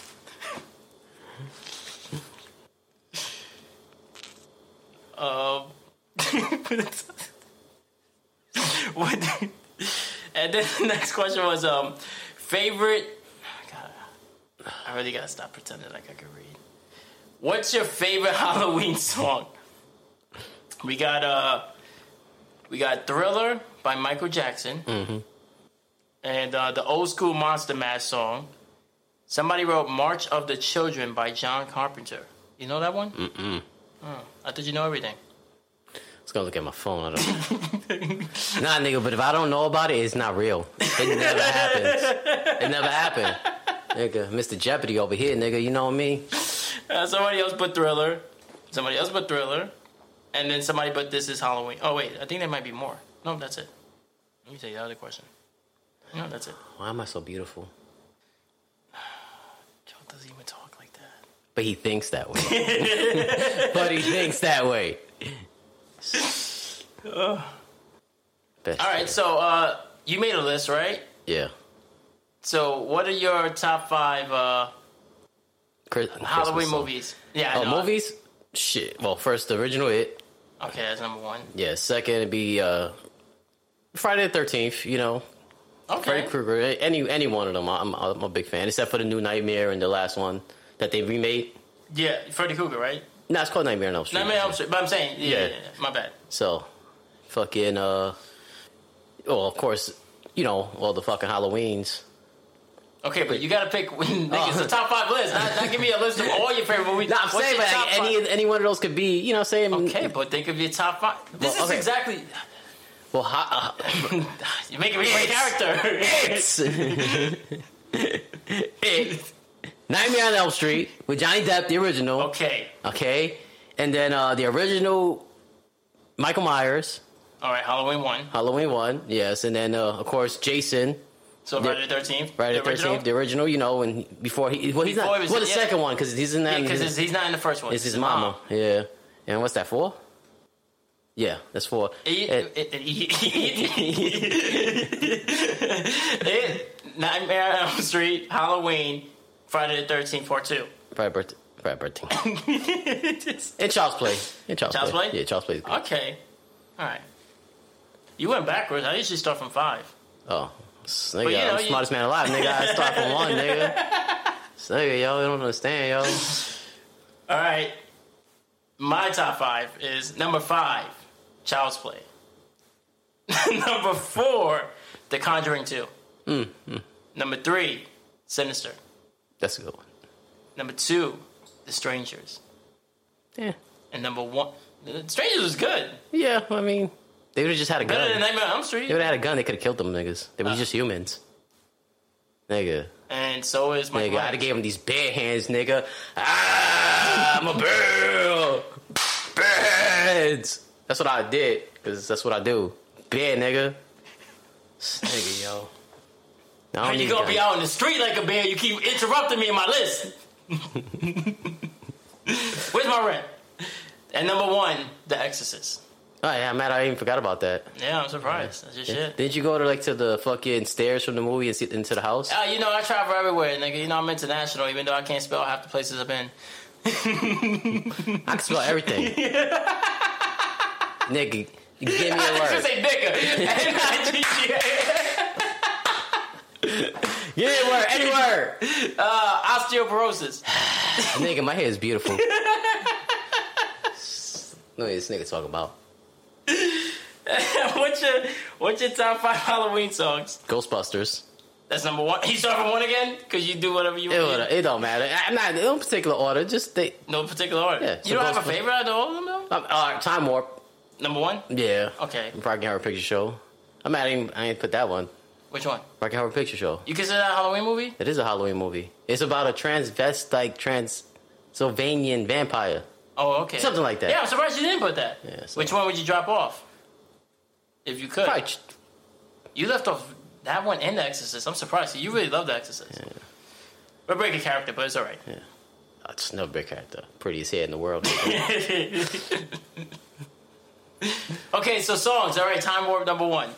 Speaker 1: Um, what? And then the next question was um, favorite. God, I really gotta stop pretending like I can read. What's your favorite Halloween song? We got uh, we got Thriller by Michael Jackson, and uh, the old school Monster Mash song. Somebody wrote "March of the Children" by John Carpenter. You know that one? Mm-mm. I thought you know everything.
Speaker 2: It's gonna look at my phone. I don't. nah, nigga. But if I don't know about it, it's not real. It never happens. It never happened. Nigga, Mr. Jeopardy over here, nigga. You know what I mean?
Speaker 1: Uh, somebody else put Thriller. Somebody else put Thriller. And then somebody put This Is Halloween. Oh, wait. I think there might be more. No, that's it. Let me take the other question. No, that's it.
Speaker 2: Why am I so beautiful?
Speaker 1: Joe doesn't even talk like that.
Speaker 2: But he thinks that way. but he thinks that way. Best
Speaker 1: All right. So, uh, you made a list, right?
Speaker 2: Yeah.
Speaker 1: So, what are your top five uh,
Speaker 2: Chris-
Speaker 1: Halloween
Speaker 2: Christmas song.
Speaker 1: movies? Yeah. I
Speaker 2: Oh,
Speaker 1: know.
Speaker 2: movies. Shit. Well, first the original it.
Speaker 1: Okay, that's number one.
Speaker 2: Yeah. Second it'd be uh, Friday the Thirteenth. You know, Freddy
Speaker 1: Okay.
Speaker 2: Krueger, any any one of them, I'm, I'm a big fan, except for the new Nightmare and the last one that they remade.
Speaker 1: Yeah, Freddy Krueger, right?
Speaker 2: No, it's called Nightmare on Elm Street.
Speaker 1: Nightmare on Elm Street, But I'm saying, yeah,
Speaker 2: Yeah.
Speaker 1: yeah, yeah, my bad.
Speaker 2: So, fucking, uh, well, of course, you know all the fucking Halloweens.
Speaker 1: Okay, but you gotta pick. Nigga, it's
Speaker 2: Oh.
Speaker 1: a top five list. Not, not give me a list of all your favorite movies.
Speaker 2: No, I'm
Speaker 1: What's
Speaker 2: saying,
Speaker 1: your
Speaker 2: but
Speaker 1: top
Speaker 2: like,
Speaker 1: five?
Speaker 2: any any one of those could be, you know, what I'm saying.
Speaker 1: Okay, but think of your top five. This
Speaker 2: Well,
Speaker 1: is
Speaker 2: okay.
Speaker 1: exactly.
Speaker 2: Well, ha- uh,
Speaker 1: You're making me play character.
Speaker 2: it's- Nightmare on Elm Street with Johnny Depp, the original.
Speaker 1: okay.
Speaker 2: okay? and then uh, the original Michael Myers.
Speaker 1: All right, Halloween 1.
Speaker 2: Halloween one, yes, and then uh, of course Jason,
Speaker 1: So Friday the 13th.
Speaker 2: Friday the
Speaker 1: original?
Speaker 2: Thirteenth, the original, you know, when before he well he's
Speaker 1: Before
Speaker 2: not
Speaker 1: he was-
Speaker 2: well the
Speaker 1: yeah.
Speaker 2: second one because he's in that
Speaker 1: Yeah, because
Speaker 2: it's,
Speaker 1: he's, he's not in the first one.
Speaker 2: his mama, yeah, and what's that for? Yeah, that's four. Eh,
Speaker 1: It,
Speaker 2: And-
Speaker 1: it, it- it- it- Nightmare on Elm Street, Halloween, Friday the Thirteenth, Part Two.
Speaker 2: Friday birthday. Friday birthday. and Child's Play. And Child's,
Speaker 1: Child's
Speaker 2: play.
Speaker 1: Play?
Speaker 2: Yeah, Child's Play is good.
Speaker 1: Okay, all right. You went backwards. I usually start from five.
Speaker 2: Oh, s- nigga,
Speaker 1: you know,
Speaker 2: I'm the
Speaker 1: you-
Speaker 2: smartest man alive, nigga. I start from one, nigga. So, nigga, y'all don't understand, y'all.
Speaker 1: All right. My top five is number five, Child's Play. number four, The Conjuring 2. Number three, Sinister.
Speaker 2: That's a good one.
Speaker 1: Number two, The Strangers.
Speaker 2: Yeah,
Speaker 1: And number one, The Strangers was good.
Speaker 2: yeah. I mean, they would have just had a
Speaker 1: Better
Speaker 2: gun.
Speaker 1: than Nightmare on Elm
Speaker 2: They
Speaker 1: Street.
Speaker 2: would have had a gun. They could have killed them niggas. They
Speaker 1: Uh.
Speaker 2: were just humans. Nigga,
Speaker 1: And so is Mike
Speaker 2: nigga, I'd have
Speaker 1: Myers.
Speaker 2: gave him these bare hands, nigga. Ah, I'm a bear. Birds. That's what I did, cause that's what I do. Bear, nigga. Nigga, yo. I don't
Speaker 1: When
Speaker 2: need
Speaker 1: you gonna
Speaker 2: guns.
Speaker 1: be out in the street like a bear, you keep interrupting me in my list. Where's my rent? And number one, The Exorcist.
Speaker 2: Oh yeah, Matt, I even forgot about that.
Speaker 1: Yeah, I'm surprised. That's just shit.
Speaker 2: Did you go to like to the fucking stairs from the movie and sit into the house?
Speaker 1: Uh, you know, I travel everywhere, nigga. You know, I'm international, even though I can't spell half the places I've been.
Speaker 2: I can smell everything. Nigga, give me a
Speaker 1: I should
Speaker 2: word.
Speaker 1: say nigga. N-I-G-G-A.
Speaker 2: Give me a word. Any word.
Speaker 1: uh, osteoporosis.
Speaker 2: Nigga, my hair is beautiful. no, this nigga talk about
Speaker 1: what's your What's your top five Halloween songs?
Speaker 2: Ghostbusters.
Speaker 1: That's number one. You start from one again because you do whatever you
Speaker 2: It, would-
Speaker 1: want.
Speaker 2: it don't matter. I'm not in no particular order. Just they.
Speaker 1: No particular order.
Speaker 2: Yeah,
Speaker 1: you don't have a
Speaker 2: supposedly.
Speaker 1: favorite out of all of them, though.
Speaker 2: Um, all right, time warp.
Speaker 1: Number one.
Speaker 2: Yeah.
Speaker 1: Okay,
Speaker 2: Rocky Horror Picture Show. I'm not even. I ain't put that one.
Speaker 1: which one?
Speaker 2: Rocky Horror Picture Show.
Speaker 1: You consider that a Halloween movie?
Speaker 2: It is a Halloween movie. It's about a transvestite Transylvanian vampire.
Speaker 1: Oh, okay.
Speaker 2: Something like that.
Speaker 1: Yeah, I'm surprised you didn't put that.
Speaker 2: Yeah, so-
Speaker 1: which one would you drop off? If you could,
Speaker 2: Probably ch-
Speaker 1: You left off that one and The Exorcist. I'm surprised. You really love The Exorcist. We're breaking character, but it's all right.
Speaker 2: uh, just another big character. Prettiest head in the world.
Speaker 1: okay, so songs. All right, Time Warp number one.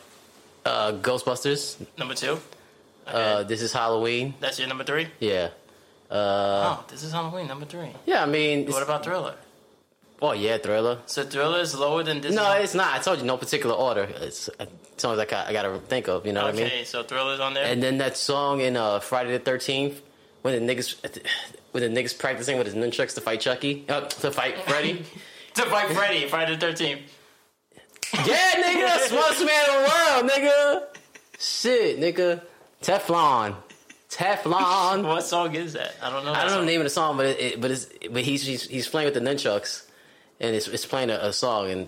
Speaker 2: uh, Ghostbusters.
Speaker 1: Number two.
Speaker 2: Uh, this is Halloween.
Speaker 1: That's your number three?
Speaker 2: Yeah.
Speaker 1: oh, this is Halloween, number three.
Speaker 2: Yeah, I mean. it's-
Speaker 1: What about Thriller?
Speaker 2: oh, yeah, Thriller.
Speaker 1: So Thriller is lower than this
Speaker 2: No,
Speaker 1: is-
Speaker 2: it's not. I told you, no particular order. It's as long as I got, I got to think of, you know
Speaker 1: Okay,
Speaker 2: what I mean?
Speaker 1: so Thriller's on there.
Speaker 2: And then that song in uh, Friday the Thirteenth, when the niggas, when the niggas practicing with his nunchucks to fight Chucky, uh, to fight Freddy.
Speaker 1: to fight Freddy, Friday the 13th.
Speaker 2: yeah, nigga, that's smartest man in the world, nigga. Shit, nigga, Teflon, Teflon.
Speaker 1: What song is that? I don't know.
Speaker 2: I
Speaker 1: that
Speaker 2: don't know the
Speaker 1: song.
Speaker 2: name of the song, but it, it- but it's but he's, he's he's playing with the nunchucks, and it's it's playing a, a song, and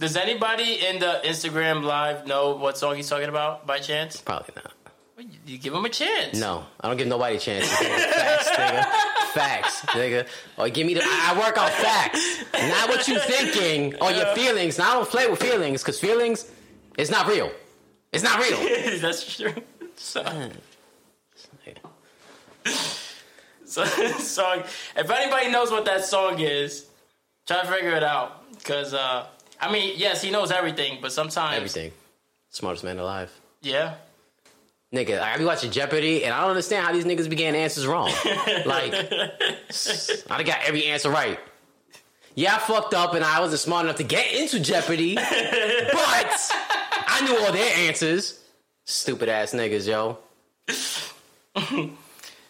Speaker 1: Does anybody in the Instagram live know what song he's talking about by chance?
Speaker 2: probably not.
Speaker 1: Well, you- You give him a chance.
Speaker 2: No, I don't give nobody chances. Facts, nigga. Facts, nigga. Or give me the. I I work on facts, not what you thinking or your feelings. Now I don't play with feelings because feelings, it's not real. It's not real.
Speaker 1: That's true. So, so song. If anybody knows what that song is, try to figure it out. Cause uh, I mean, yes, he knows everything, but sometimes
Speaker 2: Everything. Smartest man alive.
Speaker 1: Yeah,
Speaker 2: Nigga, I be watching Jeopardy, and I don't understand how these niggas be getting answers wrong. Like, s- I done got every answer right. Yeah, I fucked up, and I wasn't smart enough to get into Jeopardy, but I knew all their answers. Stupid ass niggas, yo.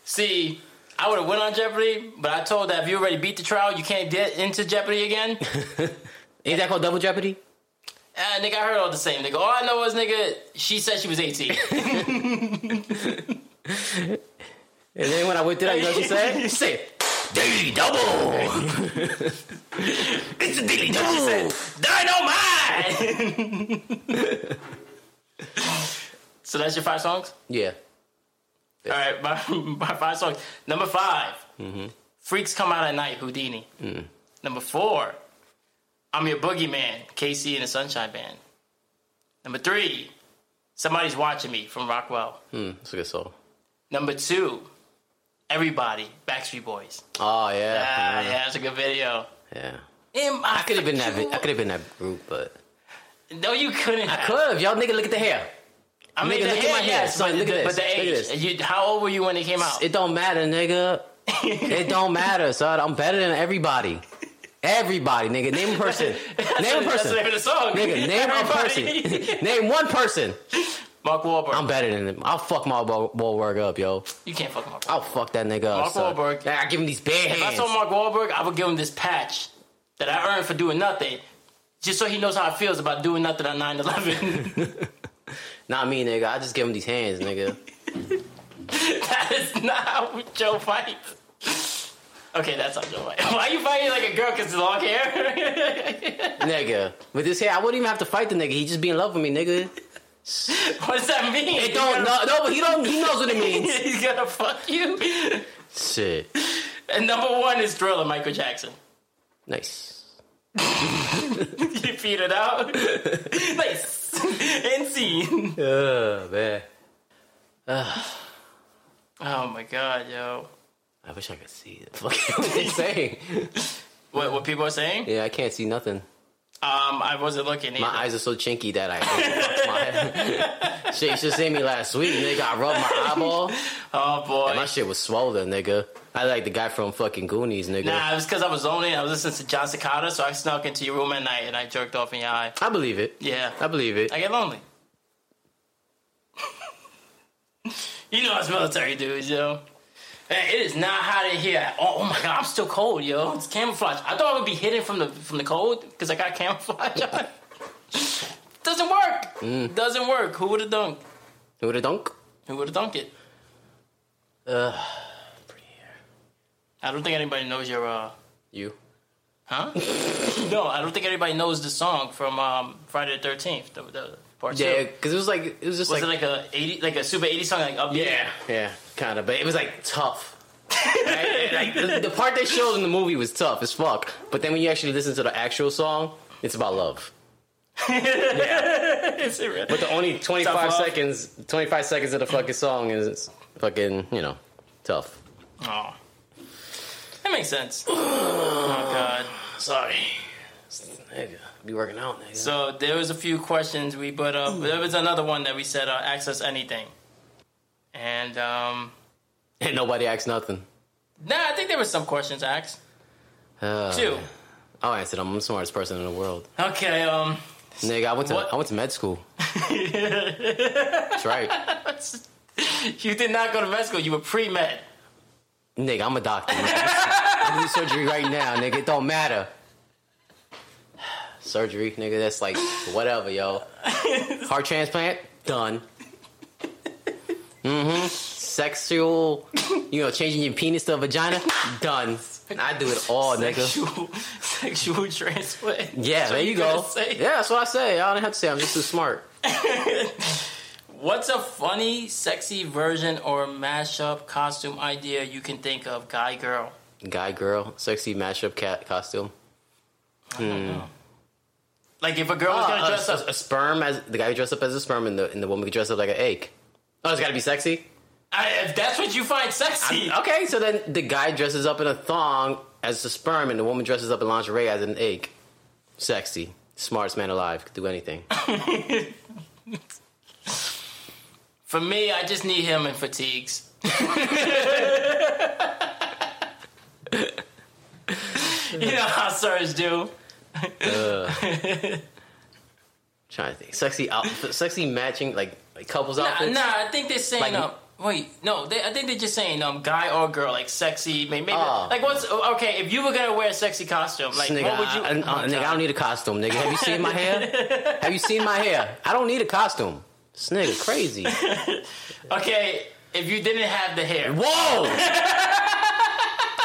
Speaker 1: See, I would have went on Jeopardy, but I told that if you already beat the trial, you can't get into Jeopardy again.
Speaker 2: Ain't that called double Jeopardy?
Speaker 1: Ah, nigga, I heard all the same. Nigga, all I know is nigga, she said she was eighteen.
Speaker 2: And then when I went through that, you know what she said? She said, Daily Double! it's a Daily Double!
Speaker 1: Dynamite. so that's your five songs.
Speaker 2: Yeah.
Speaker 1: All right, my, my five songs. Number 5
Speaker 2: Mm-hmm.
Speaker 1: Freaks Come Out at Night, Houdini.
Speaker 2: Mm.
Speaker 1: Number four, I'm Your Boogeyman, KC and the Sunshine Band. Number three, Somebody's Watching Me from Rockwell.
Speaker 2: Hmm, that's a good song.
Speaker 1: Number two, Everybody, Backstreet Boys.
Speaker 2: Oh, yeah.
Speaker 1: Ah, yeah, that's a good video.
Speaker 2: yeah.
Speaker 1: Am
Speaker 2: I could have been that. vi- I could have been that group, but
Speaker 1: No, you couldn't.
Speaker 2: could have y'all nigga look at the hair.
Speaker 1: I mean,
Speaker 2: Nigga,
Speaker 1: the
Speaker 2: look at
Speaker 1: hair,
Speaker 2: my hair,
Speaker 1: yes,
Speaker 2: son,
Speaker 1: but,
Speaker 2: look at
Speaker 1: the,
Speaker 2: this,
Speaker 1: but the
Speaker 2: look at
Speaker 1: age.
Speaker 2: this.
Speaker 1: You, how old were you when it came out?
Speaker 2: It don't matter, nigga. It don't matter, son. I'm better than everybody. Everybody, nigga. Name a person. Name a
Speaker 1: That's the name
Speaker 2: person.
Speaker 1: of the song.
Speaker 2: Nigga, name a
Speaker 1: Everybody.
Speaker 2: person. name one person.
Speaker 1: Mark Wahlberg.
Speaker 2: I'm better than him. I'll fuck Mark Wahl- Wahlberg up, yo.
Speaker 1: you can't fuck Mark. Wahlberg.
Speaker 2: I'll fuck that nigga up.
Speaker 1: Mark
Speaker 2: son.
Speaker 1: Wahlberg.
Speaker 2: Yeah, I give him these bare
Speaker 1: If I
Speaker 2: hands.
Speaker 1: saw Mark Wahlberg, I would give him this patch that I earned for doing nothing, just so he knows how it feels about doing nothing on 9-11.
Speaker 2: Not me, nigga. I just give him these hands, nigga.
Speaker 1: that is not how Joe fights. Okay, that's how Joe fights. Why you fighting like a girl because it's long hair?
Speaker 2: nigga. With his hair, I wouldn't even have to fight the nigga. He just be in love with me, nigga.
Speaker 1: what does that mean?
Speaker 2: It don't no, no, but he don't. He knows what it means.
Speaker 1: He's gonna fuck you.
Speaker 2: Shit.
Speaker 1: And number one is Thriller, Michael Jackson.
Speaker 2: Nice.
Speaker 1: You feed it out. nice. and scene.
Speaker 2: Oh man.
Speaker 1: Oh my god, yo.
Speaker 2: I wish I could see it. Fuck what they saying.
Speaker 1: What what people are saying?
Speaker 2: Yeah, I can't see nothing.
Speaker 1: Um, I wasn't looking.
Speaker 2: My
Speaker 1: either.
Speaker 2: eyes are so chinky that I. my shit, you should see me last week, nigga. I rubbed my eyeball.
Speaker 1: Oh boy.
Speaker 2: My shit was swollen, nigga. I like the guy from fucking Goonies, nigga.
Speaker 1: Nah, it was because I was zoning. I was listening to John Cicada, so I snuck into your room at night and I jerked off in your eye.
Speaker 2: I believe it.
Speaker 1: Yeah,
Speaker 2: I believe it.
Speaker 1: I get lonely. you know us military dudes, yo. Hey, it is not hot in here. Oh, oh my god, I'm still cold, yo. It's camouflage. I thought I would be hidden from the from the cold because I got camouflage on. Doesn't work. Doesn't work. Who would have dunked?
Speaker 2: Who the dunk?
Speaker 1: Who would have dunked it?
Speaker 2: Ugh.
Speaker 1: I don't think anybody knows your uh
Speaker 2: You.
Speaker 1: Huh? no, I don't think everybody knows the song from um, Friday the Thirteenth, the, the part
Speaker 2: Yeah,
Speaker 1: two.
Speaker 2: because it was like it was just
Speaker 1: Was
Speaker 2: like,
Speaker 1: it like a eighty, like a super eighty song, like upbeat?
Speaker 2: yeah, yeah, kind of, but it was like tough. Right? Like, the, the part they showed in the movie was tough as fuck, but then when you actually listen to the actual song, it's about love.
Speaker 1: Is it really?
Speaker 2: But the only twenty five
Speaker 1: Tough love.
Speaker 2: seconds, twenty five seconds of the fucking song is fucking you know tough.
Speaker 1: Oh, that makes sense. oh God.
Speaker 2: Sorry, nigga, be working out, nigga.
Speaker 1: So there was a few questions we put up. There was another one that we said uh, access anything, and um,
Speaker 2: and nobody asks nothing.
Speaker 1: nah, I think there was some questions asked
Speaker 2: Uh,
Speaker 1: too.
Speaker 2: I'll answer them. I'm the smartest person in the world,
Speaker 1: Okay, um,
Speaker 2: nigga. I went to
Speaker 1: What?
Speaker 2: I went to med school. That's right,
Speaker 1: you did not go to med school. You were pre med.
Speaker 2: nigga. I'm a doctor. nigga. I'm doing surgery right now, nigga. It don't matter. Surgery, nigga. That's like whatever, yo. Heart transplant done. Mm-hmm. Sexual, you know, changing your penis to a vagina done. I do it all, nigga.
Speaker 1: Sexual, sexual transfer.
Speaker 2: Yeah,
Speaker 1: So
Speaker 2: there you go.
Speaker 1: couldn't say-
Speaker 2: Yeah, that's what I say. I don't have to say. I'm just too smart.
Speaker 1: What's a funny, sexy version or mashup costume idea you can think of, guy girl?
Speaker 2: Guy, girl, sexy mashup cat costume.
Speaker 1: Like if a girl was gonna
Speaker 2: Uh,
Speaker 1: dress
Speaker 2: a,
Speaker 1: up,
Speaker 2: a sperm as the guy who dressed up as a sperm and the and the woman could dress up like an egg. Oh, it's got to be sexy.
Speaker 1: I, if that's what you find sexy,
Speaker 2: Okay, so then the guy dresses up in a thong as a sperm, and the woman dresses up in lingerie as an egg. Sexy, smartest man alive, could do anything.
Speaker 1: for me, I just need him in fatigues. you know how sirs do.
Speaker 2: trying to think, sexy outfit, sexy matching like like couples
Speaker 1: Nah,
Speaker 2: outfits.
Speaker 1: nah, I think they're saying
Speaker 2: Like-
Speaker 1: um. Wait, no, they, I think they're just saying um, guy or girl, like sexy. Maybe, maybe
Speaker 2: Oh.
Speaker 1: like what's okay? If you were gonna wear a sexy costume, like
Speaker 2: nigga,
Speaker 1: what would you?
Speaker 2: I, I-
Speaker 1: oh,
Speaker 2: nigga, I
Speaker 1: God.
Speaker 2: don't need a costume, nigga. Have you seen my hair? Have you seen my hair? I don't need a costume. This nigga crazy.
Speaker 1: Okay, if you didn't have the hair,
Speaker 2: Whoa!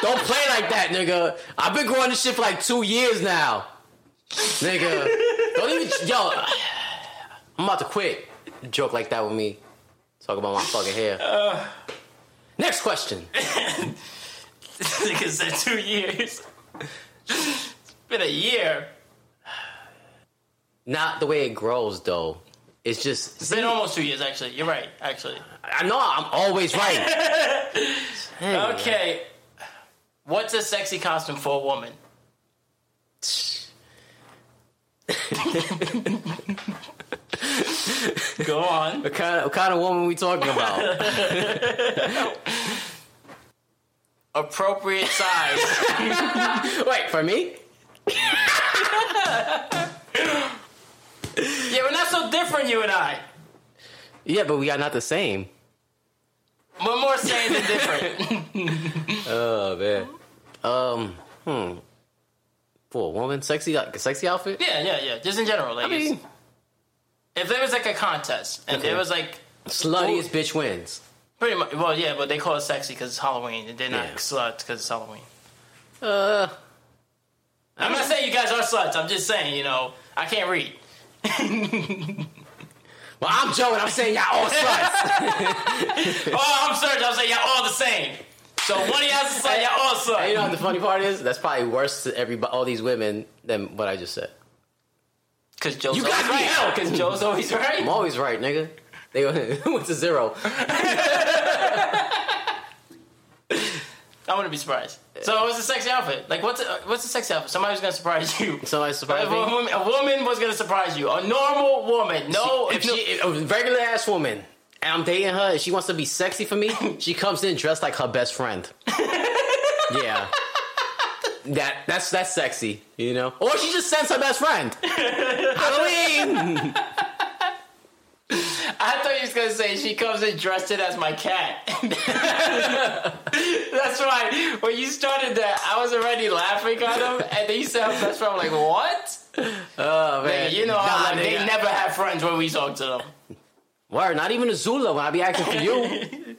Speaker 2: Don't play like that, nigga. I've been growing this shit for like two years now. Nigga. Don't even yo I'm about to quit. Joke like that with me. Talk about my fucking hair. Next question.
Speaker 1: Nigga said two years. it's been a year.
Speaker 2: Not the way it grows though. It's just
Speaker 1: It's been almost two years, actually. You're right, actually.
Speaker 2: I know I'm always right. Nigga.
Speaker 1: Okay. What's a sexy costume for a woman? Go on.
Speaker 2: What kind of what kind of woman we talking about?
Speaker 1: Appropriate size.
Speaker 2: Wait for me.
Speaker 1: yeah, we're not so different, you and I.
Speaker 2: Yeah, but we are not the same.
Speaker 1: We're more sane than different.
Speaker 2: Oh man. Um. Hmm. For a woman, sexy, like a sexy outfit.
Speaker 1: yeah, yeah, yeah. Just in general,
Speaker 2: I
Speaker 1: like
Speaker 2: mean,
Speaker 1: if there was like a contest and
Speaker 2: Okay.
Speaker 1: there was like
Speaker 2: sluttiest bitch wins.
Speaker 1: pretty much, well, yeah, but they call it sexy because it's Halloween, and they're not
Speaker 2: Yeah.
Speaker 1: sluts because it's Halloween.
Speaker 2: Uh.
Speaker 1: I'm not saying you guys are sluts. I'm just saying, you know, I can't read.
Speaker 2: Well, I'm Joe, and I'm saying y'all all sluts.
Speaker 1: Oh, I'm Serge. I'm saying y'all all the same. So one of y'all's a slut, y'all all
Speaker 2: And you know
Speaker 1: slut.
Speaker 2: what the funny part is? That's probably worse to everybody, all these women than what I just said.
Speaker 1: Because Joe's
Speaker 2: You
Speaker 1: always
Speaker 2: got me
Speaker 1: right.
Speaker 2: out.
Speaker 1: Because Joe's always
Speaker 2: I'm
Speaker 1: right.
Speaker 2: always right, nigga. They went to zero.
Speaker 1: I wouldn't be surprised. So what's a sexy outfit? Like what's a, what's a sexy outfit? Somebody's gonna surprise you.
Speaker 2: Somebody
Speaker 1: If a
Speaker 2: surprised me.
Speaker 1: woman, a woman was gonna surprise you. A normal woman. No,
Speaker 2: if
Speaker 1: Oh, no-
Speaker 2: she if a regular ass woman and I'm dating her and she wants to be sexy for me, she comes in dressed like her best friend. yeah. That that's that's sexy, you know? Or she just sends her best friend. Halloween!
Speaker 1: I thought you was gonna say she comes in dressed in as my cat. That's right. When you started that, I was already laughing on him, and then you said her best friend. I'm like, what?
Speaker 2: Oh man.
Speaker 1: Nigga, you know
Speaker 2: Nah,
Speaker 1: how like, they
Speaker 2: nigga.
Speaker 1: never have friends when we talk to them.
Speaker 2: Word, not even a Zula when I be acting for you.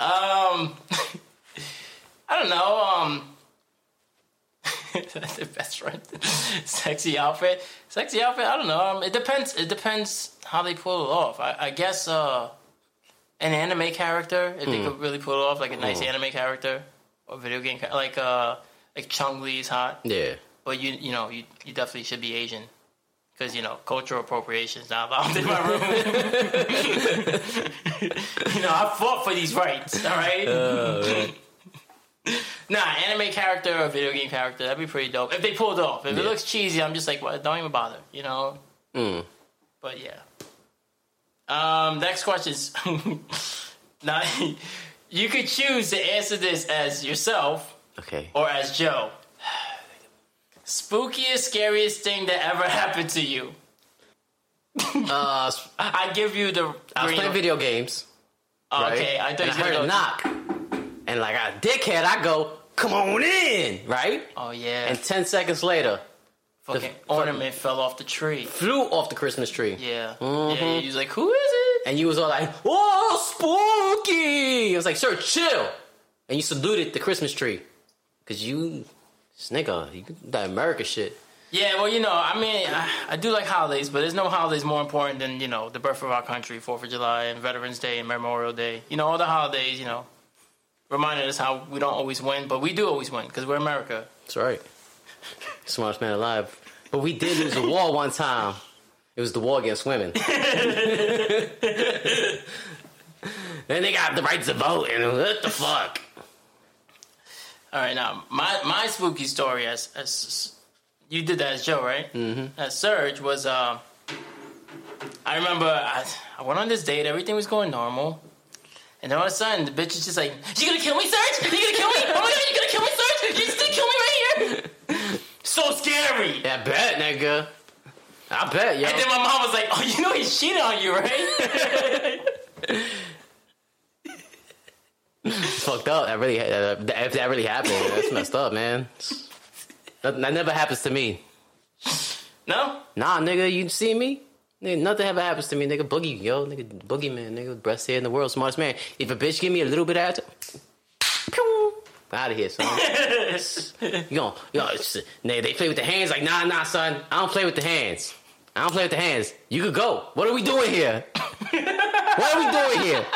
Speaker 1: Um, I don't know. Um, the best friend, sexy outfit, sexy outfit. I don't know. Um, it depends. It depends how they pull it off. I, I guess uh, an anime character, if they could really pull it off, like a nice anime character or video game, char- like uh, like Chung Lee's hot.
Speaker 2: Yeah.
Speaker 1: But you, you know, you, you definitely should be Asian. Because, you know, cultural appropriation is not allowed in my room. you know, I fought for these rights, all right?
Speaker 2: Uh,
Speaker 1: nah, anime character or video game character, that'd be pretty dope. If they pulled it off. If it
Speaker 2: Yeah.
Speaker 1: looks cheesy, I'm just like, well, don't even bother, you know?
Speaker 2: Mm.
Speaker 1: But yeah. Um, next question is now, you could choose to answer this as yourself
Speaker 2: Okay.
Speaker 1: or as Joe. Spookiest, scariest thing that ever happened to you.
Speaker 2: Uh, s-
Speaker 1: I give you the.
Speaker 2: I was
Speaker 1: green-
Speaker 2: playing video games.
Speaker 1: Oh,
Speaker 2: right?
Speaker 1: Okay, I thought
Speaker 2: and
Speaker 1: you
Speaker 2: I
Speaker 1: said
Speaker 2: heard
Speaker 1: go-
Speaker 2: a knock. And like a dickhead, I go, come on in, right?
Speaker 1: Oh yeah,
Speaker 2: And 10 seconds later,
Speaker 1: fucking
Speaker 2: the-
Speaker 1: ornament fell off the tree.
Speaker 2: flew off the Christmas tree.
Speaker 1: Yeah, yeah.
Speaker 2: Mhm.
Speaker 1: You was like, who is it?
Speaker 2: And you was all like, oh, spooky. I was like, sir, chill. And you saluted the Christmas tree. Because you, snigger, you that America shit.
Speaker 1: Yeah, well, you know, I mean, I, I do like holidays, but there's no holidays more important than you know the birth of our country, Fourth of July, and Veterans Day, and Memorial Day. You know, all the holidays. You know, reminding us how we don't always win, but we do always win because we're America.
Speaker 2: That's right. Smartest man alive. But we did lose a war one time. It was the war against women. then they got the right to vote, and what the fuck?
Speaker 1: All right, now my my spooky story as as you did that as Joe, right? Mm-hmm. As Serge was, uh, I remember I, I went on this date, everything was going normal, and then all of a sudden the bitch is just like, "You gonna kill me, Serge? You gonna kill me? Oh my god, you gonna kill me, Serge? You just gonna kill me right here?" so scary.
Speaker 2: Yeah, I bet, nigga. I bet, yo.
Speaker 1: And then my mom was like, "Oh, you know he cheated on you, right?"
Speaker 2: fucked up. That really, uh, that- if that really happened, that's messed up, man. That, that never happens to me.
Speaker 1: no.
Speaker 2: Nah, nigga, you see me? Nigga, nothing ever happens to me, nigga. Boogie, yo, nigga, boogie man, nigga, best hair in the world, smartest man. If a bitch give me a little bit of ass, pew, out of here, son. you know, yo, it's- nigga, they play with the hands like, nah, nah, son. I don't play with the hands. I don't play with the hands. You could go. What are we doing here? what are we doing here?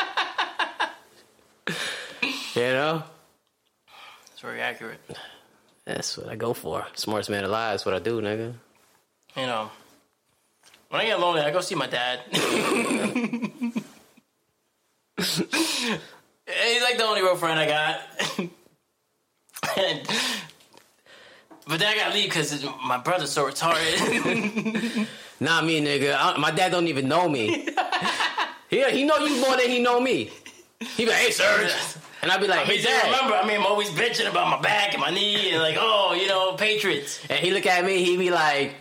Speaker 2: you know.
Speaker 1: That's very accurate.
Speaker 2: That's what I go for. Smartest man alive is what I do, nigga.
Speaker 1: You know, when I get lonely, I go see my dad. He's like the only real friend I got. And- but but then I gotta leave because my brother's so retarded.
Speaker 2: Not me, nigga. I, my dad don't even know me. he he know you more than he know me. He be like, hey, Serge. And I'd be like,
Speaker 1: I mean,
Speaker 2: hey,
Speaker 1: just
Speaker 2: dad.
Speaker 1: remember, I mean, I'm always bitching about my back and my knee and like, oh, you know, Patriots.
Speaker 2: And he look at me, he be like,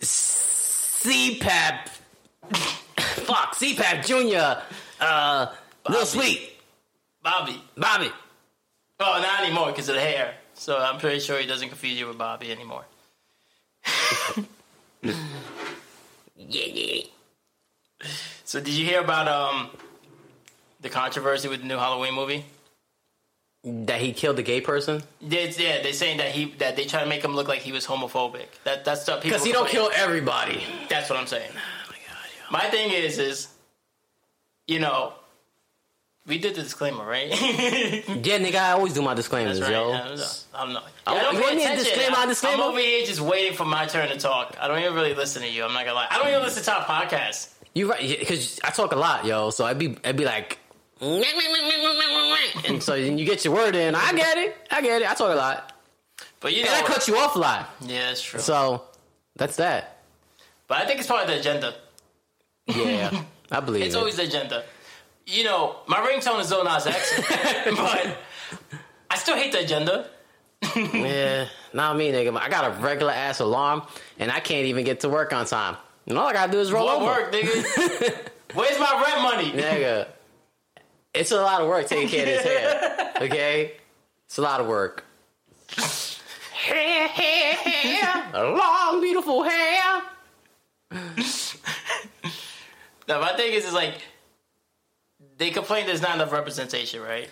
Speaker 2: CPAP. Fuck, CPAP Jr. Uh, Lil Sweet.
Speaker 1: Bobby.
Speaker 2: Bobby.
Speaker 1: Oh, not anymore because of the hair. So I'm pretty sure he doesn't confuse you with Bobby anymore.
Speaker 2: Yeah, yeah.
Speaker 1: So did you hear about um the controversy with the new Halloween movie?
Speaker 2: That he killed a gay person?
Speaker 1: They, yeah, they're saying that he that they try to make him look like he was homophobic. That that's stuff people
Speaker 2: Because he don't
Speaker 1: complain.
Speaker 2: kill Oh, everybody.
Speaker 1: That's what I'm saying. My thing is, is you know, we did the disclaimer, right?
Speaker 2: Yeah, nigga, I always do my disclaimers,
Speaker 1: That's right.
Speaker 2: yo.
Speaker 1: I'm not. I'm not.
Speaker 2: Oh,
Speaker 1: I don't
Speaker 2: you
Speaker 1: pay
Speaker 2: want me to
Speaker 1: attention.
Speaker 2: disclaim my
Speaker 1: I'm-
Speaker 2: disclaimer?
Speaker 1: I'm over here just waiting for my turn to talk. I don't even really listen to you. I'm not gonna lie. I don't even listen to our podcast.
Speaker 2: You right? Because I talk a lot, yo. So I'd be, I'd be like, and so then you get your word in. I get it. I get it. I talk a lot,
Speaker 1: But you
Speaker 2: and
Speaker 1: know,
Speaker 2: I cut you off a lot.
Speaker 1: yeah, that's true.
Speaker 2: So that's that.
Speaker 1: but I think it's part of the agenda.
Speaker 2: Yeah, I believe
Speaker 1: It's
Speaker 2: it.
Speaker 1: always the agenda. You know, my ringtone is Lil Nas X, but I still hate the agenda.
Speaker 2: yeah, not me, nigga. I got a regular ass alarm, and I can't even get to work on time. And all I gotta do is roll
Speaker 1: What
Speaker 2: over,
Speaker 1: work, nigga? Where's my rent money?
Speaker 2: nigga. It's a lot of work taking care of this hair. Okay, it's a lot of work. Hair, hair, hair, long beautiful hair.
Speaker 1: No, my thing is, is like they complain there's not enough representation, right?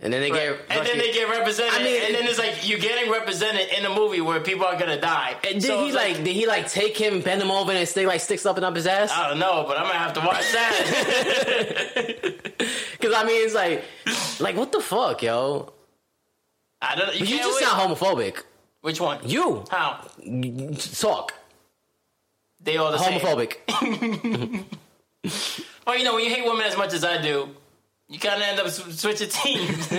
Speaker 2: And then they get
Speaker 1: and then they get represented.
Speaker 2: I mean-
Speaker 1: and then it's like you're getting represented in a movie where people are gonna die.
Speaker 2: And did
Speaker 1: So
Speaker 2: he
Speaker 1: it's
Speaker 2: like, did he like take him, bend him over, and stick like sticks up and up his ass?
Speaker 1: I don't know, but I'm gonna have to watch that.
Speaker 2: Because I mean, it's like, like what the fuck, yo?
Speaker 1: I don't. You,
Speaker 2: You
Speaker 1: can't
Speaker 2: just
Speaker 1: wait.
Speaker 2: sound homophobic.
Speaker 1: Which one?
Speaker 2: You
Speaker 1: How?
Speaker 2: talk
Speaker 1: They all the same.
Speaker 2: homophobic.
Speaker 1: Well, you know, when you hate women as much as I do, you kind of end up sw- switching teams.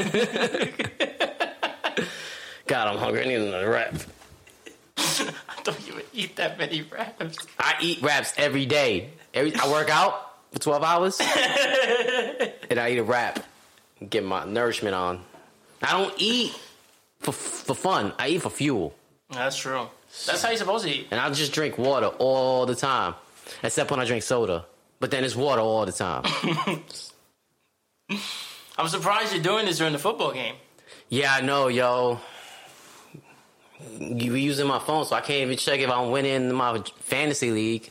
Speaker 2: God, I'm hungry. I need another wrap.
Speaker 1: I don't even eat that many wraps.
Speaker 2: I eat wraps every day. Every I work out for twelve hours, and I eat a wrap. Get my nourishment on. I don't eat for for fun. I eat for fuel.
Speaker 1: That's true. That's how you're supposed to eat.
Speaker 2: and I just drink water all the time, except when I drink soda. But then it's water all the time.
Speaker 1: I'm surprised you're doing this during the football game.
Speaker 2: yeah, I know, yo. You be using my phone, so I can't even check if I'm winning my fantasy league.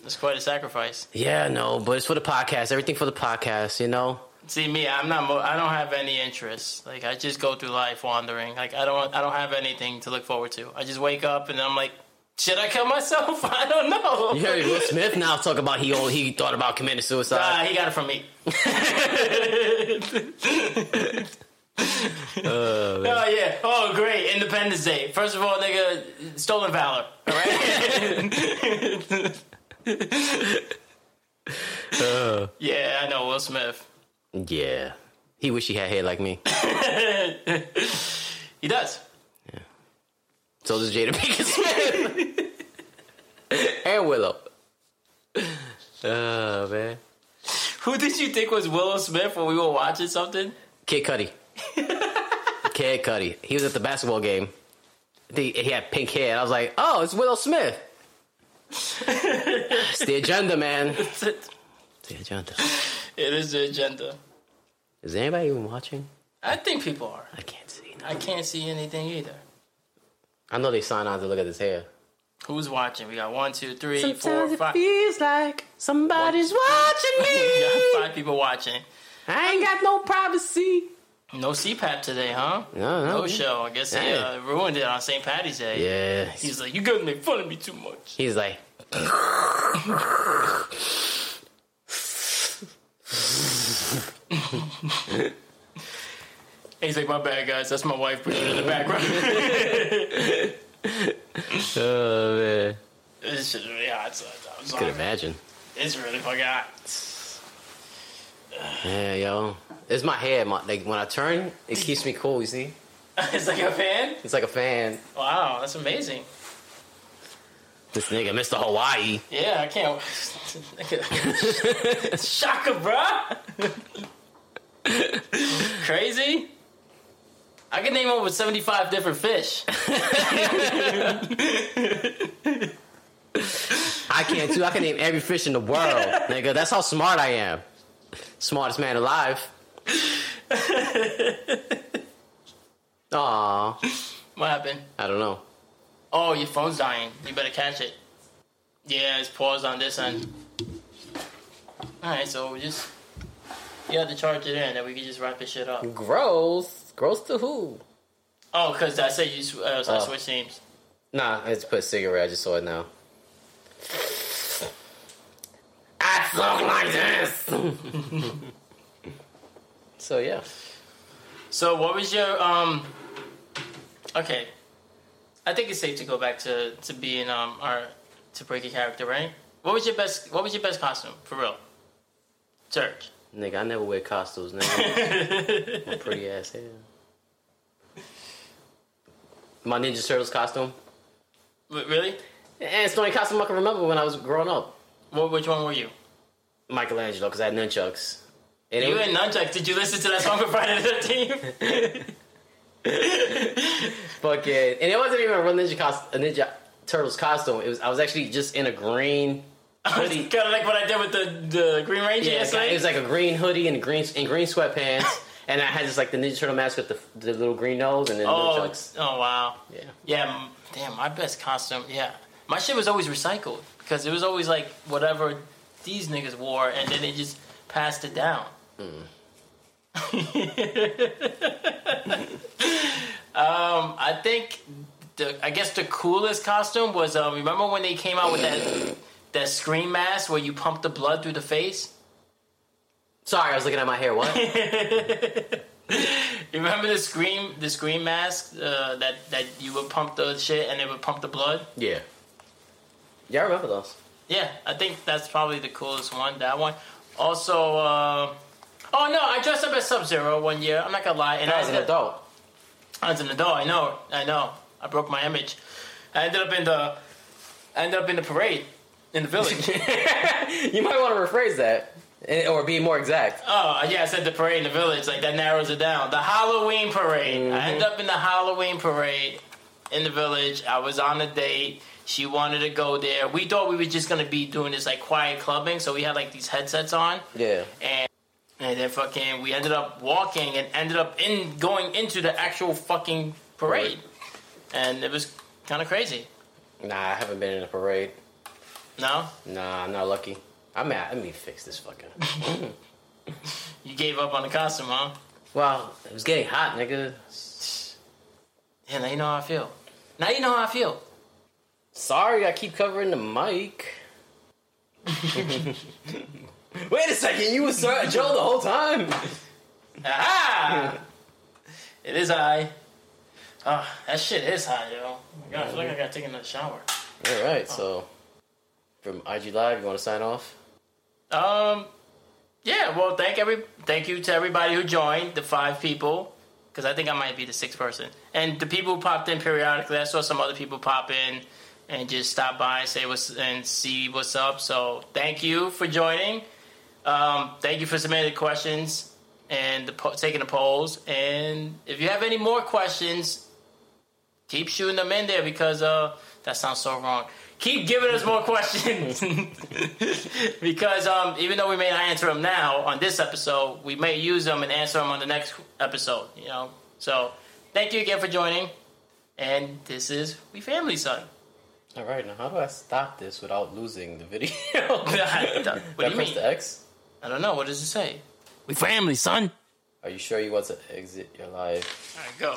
Speaker 1: That's quite a sacrifice.
Speaker 2: Yeah, no, but it's for the podcast. Everything for the podcast, you know.
Speaker 1: See me, I'm not. Mo- I don't have any interests. Like I just go through life wandering. Like I don't. I don't have anything to look forward to. I just wake up and I'm like, should I kill myself? I don't know.
Speaker 2: You heard Will Smith now talk about he old, he thought about committing
Speaker 1: Nah,
Speaker 2: suicide.
Speaker 1: Uh, he got it from me. oh yeah. Oh great. Independence Day. First of all, nigga, stolen valor. All right. yeah, I know Will Smith.
Speaker 2: Yeah, he wish he had hair like me.
Speaker 1: He does.
Speaker 2: So does Jada Pinkett Smith and Willow. Oh man,
Speaker 1: Who did you think was Willow Smith when we were watching something?
Speaker 2: Kid Cudi. Kid Cudi. He was at the basketball game. I think he had pink hair. I was like, oh, it's Willow Smith. it's the agenda, man. It's
Speaker 1: it
Speaker 2: the agenda.
Speaker 1: is the agenda.
Speaker 2: Is anybody even watching?
Speaker 1: I think people are.
Speaker 2: I can't see.
Speaker 1: I can't see anything either.
Speaker 2: I know they signed on to look at his hair.
Speaker 1: Who's watching? We got one, two, three, four,
Speaker 3: Sometimes it
Speaker 1: five.
Speaker 3: feels like somebody's watching
Speaker 1: We got
Speaker 3: me.
Speaker 1: five people watching.
Speaker 3: I ain't got no privacy.
Speaker 1: No CPAP today, huh?
Speaker 2: No, no.
Speaker 1: No show. I guess
Speaker 2: Hey.
Speaker 1: they uh, ruined it on St. Patty's Day.
Speaker 2: Yeah.
Speaker 1: He's like, you guys make fun of me too much.
Speaker 2: He's like,
Speaker 1: And he's like, my bad, guys. That's my wife breathing in the background.
Speaker 2: oh man.
Speaker 1: this shit's really hot. So I'm
Speaker 2: Could
Speaker 1: sorry.
Speaker 2: imagine.
Speaker 1: It's really fucking hot.
Speaker 2: Yeah, yo. It's my hair. My, like when I turn, it keeps me cool. You see?
Speaker 1: it's like a fan.
Speaker 2: He's like a fan.
Speaker 1: Wow, that's amazing.
Speaker 2: This nigga, Mr. Hawaii.
Speaker 1: Yeah, I can't. Shaka, bruh. Crazy. I can name over seventy-five different fish.
Speaker 2: I can too. I can name every fish in the world, nigga. That's how smart I am. Smartest man alive. Aw,
Speaker 1: What happened?
Speaker 2: I don't know.
Speaker 1: Oh, your phone's dying. You better catch it. Yeah, it's paused on this end. Alright, so we just. You have to charge it in, and we can just wrap this shit up.
Speaker 2: Gross. Gross to who?
Speaker 1: Oh, because I said you sw- uh, so I
Speaker 2: Oh.
Speaker 1: switched names.
Speaker 2: Nah, I just put a cigarette. I just saw it now. I smoke like this. so yeah,
Speaker 1: So, what was your. um? Okay. I think it's safe to go back to, to being um our to break your character, right? What was your best what was your best costume for real? Church.
Speaker 2: nigga, I never wear costumes. Nigga, My pretty ass hair. My Ninja Turtles costume.
Speaker 1: Re- Really?
Speaker 2: And it's the only costume I can remember when I was growing up.
Speaker 1: What, which one were you?
Speaker 2: Michelangelo, because I had nunchucks. And it
Speaker 1: You
Speaker 2: was-
Speaker 1: and Nunchuck, did you listen to that song for Friday the 13th?
Speaker 2: Fuck it. And it wasn't even a real ninja, cost- a ninja Turtles costume. It was I was actually just in a green hoodie.
Speaker 1: kind of like what I did with the, the Green Ranger
Speaker 2: Yeah,
Speaker 1: yesterday.
Speaker 2: it was like a green hoodie and green and green sweatpants, and I had just like the Ninja Turtle mask with the, the little green nose and then
Speaker 1: oh,
Speaker 2: nunchucks.
Speaker 1: oh, wow.
Speaker 2: Yeah,
Speaker 1: Yeah, m- damn, my best costume. Yeah. My shit was always recycled because it was always like whatever these niggas wore and then they just passed it down. um, I think, the, I guess the coolest costume was, um, remember when they came out with that, that scream mask where you pump the blood through the face?
Speaker 2: sorry, I was looking at my hair. What?
Speaker 1: You remember the scream, the scream mask uh, that that you would pump the shit and it would pump the blood?
Speaker 2: yeah, yeah, I remember those.
Speaker 1: Yeah, I think that's probably the coolest one. That one. Also, uh, oh no, I dressed up as Sub Zero one year. I'm not gonna lie, and
Speaker 2: I was an adult.
Speaker 1: I was an adult. I know, I know. I broke my image. I ended up in the, I ended up in the parade in the village.
Speaker 2: you might want to rephrase that, and- or be more exact.
Speaker 1: oh yeah, I said the parade in the village. Like that narrows it down. The Halloween parade.
Speaker 2: Mm-hmm.
Speaker 1: I ended up in the Halloween parade in the village. I was on a date. She wanted to go there. We thought we were just gonna be doing this like quiet clubbing, so we had like these headsets on.
Speaker 2: Yeah,
Speaker 1: and and then fucking we ended up walking and ended up in going into the actual fucking parade, and it was kind of crazy.
Speaker 2: nah, I haven't been in a parade.
Speaker 1: No,
Speaker 2: Nah, I'm not lucky. I'm mad. Let me fix this fucking.
Speaker 1: you gave up on the costume, huh?
Speaker 2: Well, it was getting hot, nigga.
Speaker 1: Yeah, now you know how I feel. Now you know how I feel.
Speaker 2: Sorry, I keep covering the mic. Wait a second, you was Sir Joe the whole time.
Speaker 1: Aha! it is high. Ah, that shit is high, yo. Oh my God, I feel like I gotta take another shower.
Speaker 2: All right, so from IG Live, you want to sign off?
Speaker 1: Um, yeah. Well, thank every thank you to everybody who joined the five people because I think I might be the sixth person and the people who popped in periodically. I saw some other people pop in and just stop by and say what's and see what's up. So thank you for joining. Um, thank you for submitting the questions and the po- taking the polls. And if you have any more questions, keep shooting them in there because uh, that sounds so wrong. Keep giving us more questions because um, even though we may not answer them now on this episode, we may use them and answer them on the next episode. You know, so thank you again for joining. And this is We Family Son.
Speaker 2: All right, now how do I stop this without losing the video?
Speaker 1: what do
Speaker 2: I
Speaker 1: you
Speaker 2: press
Speaker 1: mean?
Speaker 2: the X?
Speaker 1: I don't know. What does it say? We family, son.
Speaker 2: Are you sure you want to exit your live?
Speaker 1: All right, go.